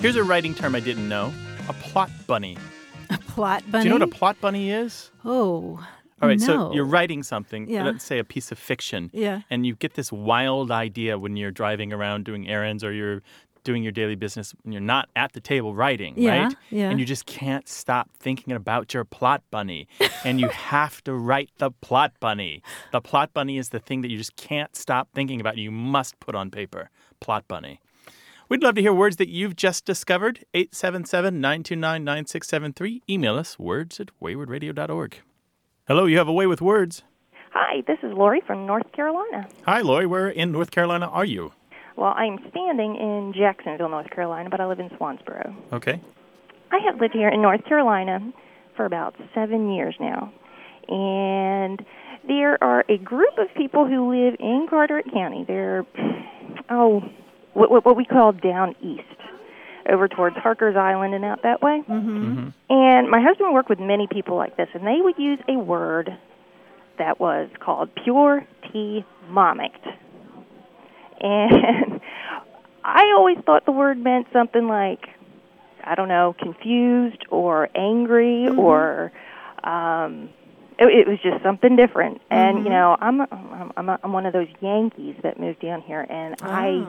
[SPEAKER 3] Here's a writing term I didn't know: a plot bunny.
[SPEAKER 1] Plot bunny.
[SPEAKER 3] Do you know what a plot bunny is?
[SPEAKER 1] Oh.
[SPEAKER 3] All right,
[SPEAKER 1] no.
[SPEAKER 3] so you're writing something,
[SPEAKER 1] Yeah.
[SPEAKER 3] let's say a piece of fiction,
[SPEAKER 1] Yeah.
[SPEAKER 3] and you get this wild idea when you're driving around doing errands or you're doing your daily business and you're not at the table writing,
[SPEAKER 15] Yeah,
[SPEAKER 3] right?
[SPEAKER 15] yeah.
[SPEAKER 3] And you just can't stop thinking about your plot bunny, and you have to write the plot bunny. The plot bunny is the thing that you just can't stop thinking about. and You must put on paper. Plot bunny. We'd love to hear words that you've just discovered. 877 929 9673. Email us words at waywardradio.org. Hello, you have a way with words.
[SPEAKER 16] Hi, this is Lori from North Carolina.
[SPEAKER 3] Hi, Lori. Where in North Carolina are you?
[SPEAKER 16] Well, I'm standing in Jacksonville, North Carolina, but I live in Swansboro.
[SPEAKER 3] Okay.
[SPEAKER 16] I have lived here in North Carolina for about seven years now. And there are a group of people who live in Carteret County. They're, oh, what, what, what we call down east, over towards Harker's Island and out that way.
[SPEAKER 15] Mm-hmm.
[SPEAKER 16] And my husband worked with many people like this, and they would use a word that was called pure tea mommicked. And I always thought the word meant something like, I don't know, confused or angry or um, it, it was just something different. And you
[SPEAKER 15] Mhm.
[SPEAKER 16] know, I'm I'm I'm, I'm one of those Yankees that moved down here, and
[SPEAKER 15] Ah.
[SPEAKER 16] I,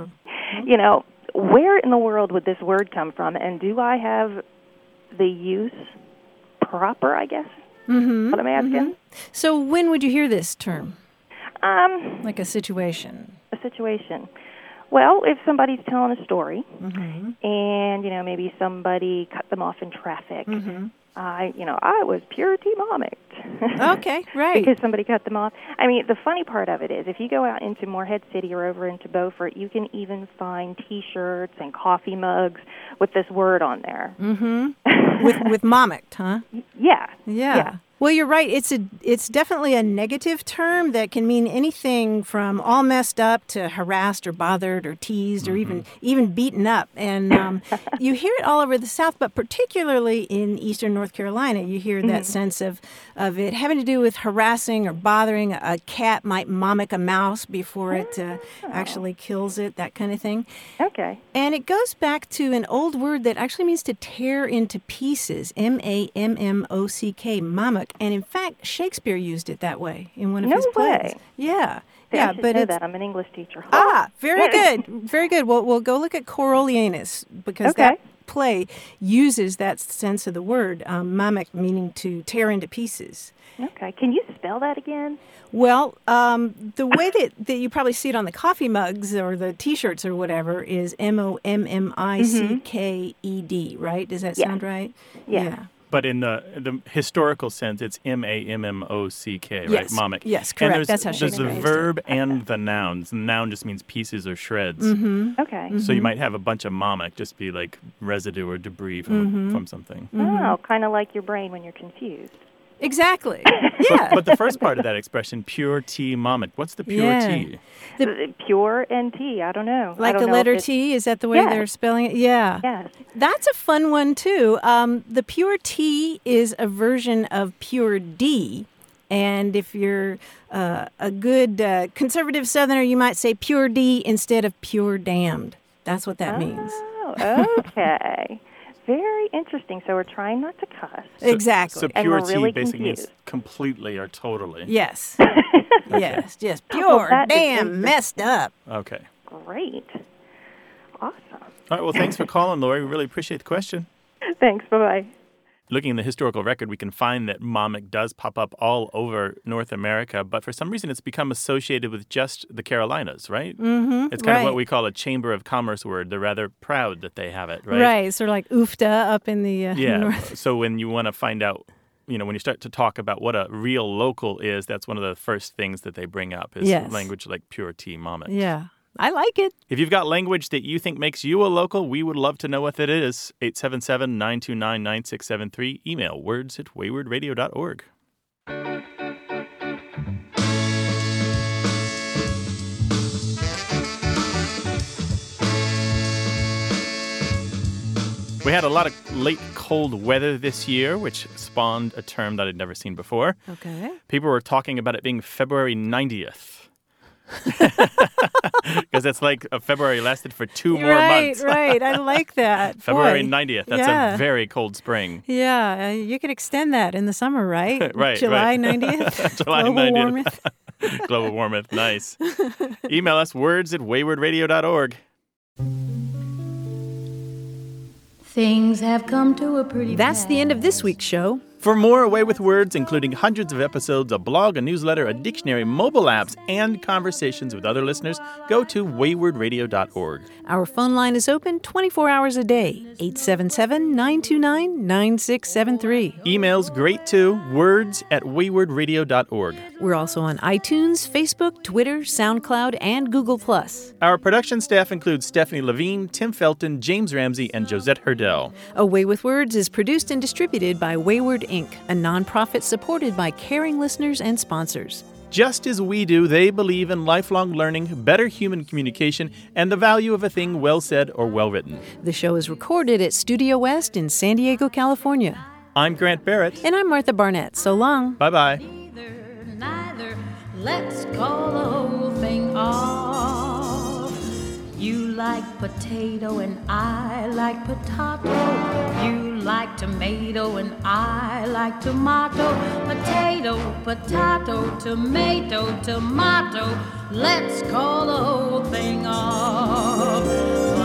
[SPEAKER 16] you know, where in the world would this word come from? And do I have the use proper? I guess.
[SPEAKER 1] Mm-hmm.
[SPEAKER 16] What I'm asking?
[SPEAKER 1] So when would you hear this term?
[SPEAKER 16] Um,
[SPEAKER 1] like a situation.
[SPEAKER 16] A situation. Well, if somebody's telling a story,
[SPEAKER 1] Mm-hmm.
[SPEAKER 16] and you know maybe somebody cut them off in traffic.
[SPEAKER 1] Mhm.
[SPEAKER 16] I, you know, I was purity mommicked.
[SPEAKER 1] Okay, right.
[SPEAKER 16] because somebody cut them off. I mean, the funny part of it is, if you go out into Moorhead City or over into Beaufort, you can even find T-shirts and coffee mugs with this word on there.
[SPEAKER 1] Mm-hmm. with with mommicked, huh?
[SPEAKER 16] Yeah.
[SPEAKER 1] Yeah. Well, you're right. It's a it's definitely a negative term that can mean anything from all messed up to harassed or bothered or teased or even even beaten up. And um, you hear it all over the South, but particularly in eastern North Carolina, you hear that
[SPEAKER 16] Mhm.
[SPEAKER 1] sense of of it having to do with harassing or bothering. A cat might mimic a mouse before it uh, actually kills it. That kind of thing.
[SPEAKER 16] Ah. Okay.
[SPEAKER 1] And it goes back to an old word that actually means to tear into pieces, M A M M O C K, mamak. And in fact, Shakespeare used it that way in one of
[SPEAKER 16] No
[SPEAKER 1] his plays.
[SPEAKER 16] way.
[SPEAKER 1] Yeah.
[SPEAKER 16] See, I
[SPEAKER 1] yeah,
[SPEAKER 16] should
[SPEAKER 1] but
[SPEAKER 16] know
[SPEAKER 1] it's,
[SPEAKER 16] that. I'm an English teacher.
[SPEAKER 1] Ah, very good. Very good. Well, we'll go look at Coriolanus because that play uses that sense of the word, um, mamak, meaning to tear into pieces.
[SPEAKER 16] Okay. Can you spell that again?
[SPEAKER 1] Well, um, the way that, that you probably see it on the coffee mugs or the t shirts or whatever is M O M M I
[SPEAKER 16] Mm-hmm.
[SPEAKER 1] C K E D, right? Does that
[SPEAKER 16] Yeah.
[SPEAKER 1] sound right?
[SPEAKER 16] Yeah.
[SPEAKER 3] But in the the historical sense, it's M A M M O C K, right?
[SPEAKER 1] Yes.
[SPEAKER 3] Mamic.
[SPEAKER 1] Yes,
[SPEAKER 3] And
[SPEAKER 1] correct.
[SPEAKER 3] there's,
[SPEAKER 1] That's how
[SPEAKER 3] There's the
[SPEAKER 1] Shakespeare used it.
[SPEAKER 3] verb and the nouns. The noun just means pieces or shreds.
[SPEAKER 1] Mhm.
[SPEAKER 16] Okay.
[SPEAKER 3] So you might have a bunch of mamic, just be like residue or debris from,
[SPEAKER 1] Mm-hmm.
[SPEAKER 16] Mhm.
[SPEAKER 3] from something.
[SPEAKER 16] Oh, kind of like your brain when you're confused.
[SPEAKER 1] Exactly.
[SPEAKER 3] But, but the first part of that expression, pure tea mamic. What's the pure
[SPEAKER 1] Yeah.
[SPEAKER 3] tea?
[SPEAKER 16] The pure and T. I don't know. I
[SPEAKER 1] Like
[SPEAKER 16] don't
[SPEAKER 1] the
[SPEAKER 16] know if
[SPEAKER 1] letter
[SPEAKER 16] it's-
[SPEAKER 1] T, is that the way
[SPEAKER 16] Yes.
[SPEAKER 1] they're spelling it? Yeah.
[SPEAKER 16] Yes.
[SPEAKER 1] That's a fun one, too. Um, the pure T is a version of pure D. And if you're uh, a good uh, conservative Southerner, you might say pure D instead of pure damned. That's what that means.
[SPEAKER 16] Oh, okay. Very interesting. So we're trying not to cuss.
[SPEAKER 3] So- So
[SPEAKER 16] and we're
[SPEAKER 3] pure tea
[SPEAKER 16] really
[SPEAKER 3] basically means
[SPEAKER 16] confused.
[SPEAKER 3] completely or totally.
[SPEAKER 1] Yes. yes. Yes.
[SPEAKER 16] Oh, Well,
[SPEAKER 1] Pure,
[SPEAKER 16] that is
[SPEAKER 1] damn,
[SPEAKER 16] interesting.
[SPEAKER 1] messed up.
[SPEAKER 3] Okay.
[SPEAKER 16] Great.
[SPEAKER 3] All right. Well, thanks for calling, Lori. We really appreciate the question.
[SPEAKER 16] Thanks. Bye bye.
[SPEAKER 3] Looking in the historical record, we can find that Mamak does pop up all over North America, but for some reason it's become associated with just the Carolinas, right?
[SPEAKER 1] Mhm,
[SPEAKER 3] It's kind of
[SPEAKER 1] right.
[SPEAKER 3] what we call a Chamber of Commerce word. They're rather proud that they have it, right?
[SPEAKER 1] Sort of like oofda up in the uh,
[SPEAKER 3] Yeah.
[SPEAKER 1] north.
[SPEAKER 3] So when you want to find out, you know, when you start to talk about what a real local is, that's one of the first things that they bring up is
[SPEAKER 1] Yes.
[SPEAKER 3] language like pure tea Mamak.
[SPEAKER 1] Yeah. I like it.
[SPEAKER 3] If you've got language that you think makes you a local, we would love to know what that is. 877 929 9673. Email words at waywardradio.org. We had a lot of late cold weather this year, which spawned a term that I'd never seen before.
[SPEAKER 1] Okay.
[SPEAKER 3] People were talking about it being February 90th. Because it's like uh, February lasted for two more
[SPEAKER 1] right,
[SPEAKER 3] months.
[SPEAKER 1] right. I like that.
[SPEAKER 3] February
[SPEAKER 1] Boy.
[SPEAKER 3] 90th. That's
[SPEAKER 1] yeah.
[SPEAKER 3] a very cold spring.
[SPEAKER 1] Yeah, uh, you could extend that in the summer, right?
[SPEAKER 3] right.
[SPEAKER 1] July
[SPEAKER 3] right.
[SPEAKER 1] 90th.
[SPEAKER 3] July
[SPEAKER 1] global
[SPEAKER 3] 90th.
[SPEAKER 1] warmth.
[SPEAKER 3] Global warmth. Nice. Email us words at waywardradio.org.
[SPEAKER 14] Things have come to a pretty
[SPEAKER 1] That's the end of this week's show.
[SPEAKER 3] For more Away with Words, including hundreds of episodes, a blog, a newsletter, a dictionary, mobile apps, and conversations with other listeners, go to waywardradio.org.
[SPEAKER 1] Our phone line is open 24 hours a day, 877 929 9673.
[SPEAKER 3] Emails great too, words at waywardradio.org.
[SPEAKER 1] We're also on iTunes, Facebook, Twitter, SoundCloud, and Google. Plus.
[SPEAKER 3] Our production staff includes Stephanie Levine, Tim Felton, James Ramsey, and Josette Hurdell.
[SPEAKER 1] Away with Words is produced and distributed by Wayward Inc., a nonprofit supported by caring listeners and sponsors.
[SPEAKER 3] Just as we do, they believe in lifelong learning, better human communication, and the value of a thing well said or well written.
[SPEAKER 1] The show is recorded at Studio West in San Diego, California.
[SPEAKER 3] I'm Grant Barrett.
[SPEAKER 1] And I'm Martha Barnett. So long.
[SPEAKER 3] Bye bye.
[SPEAKER 14] neither. Let's call the whole thing off. You like potato and I like potato. You like tomato and I like tomato. Potato, potato, tomato, tomato. Let's call the whole thing off. oh,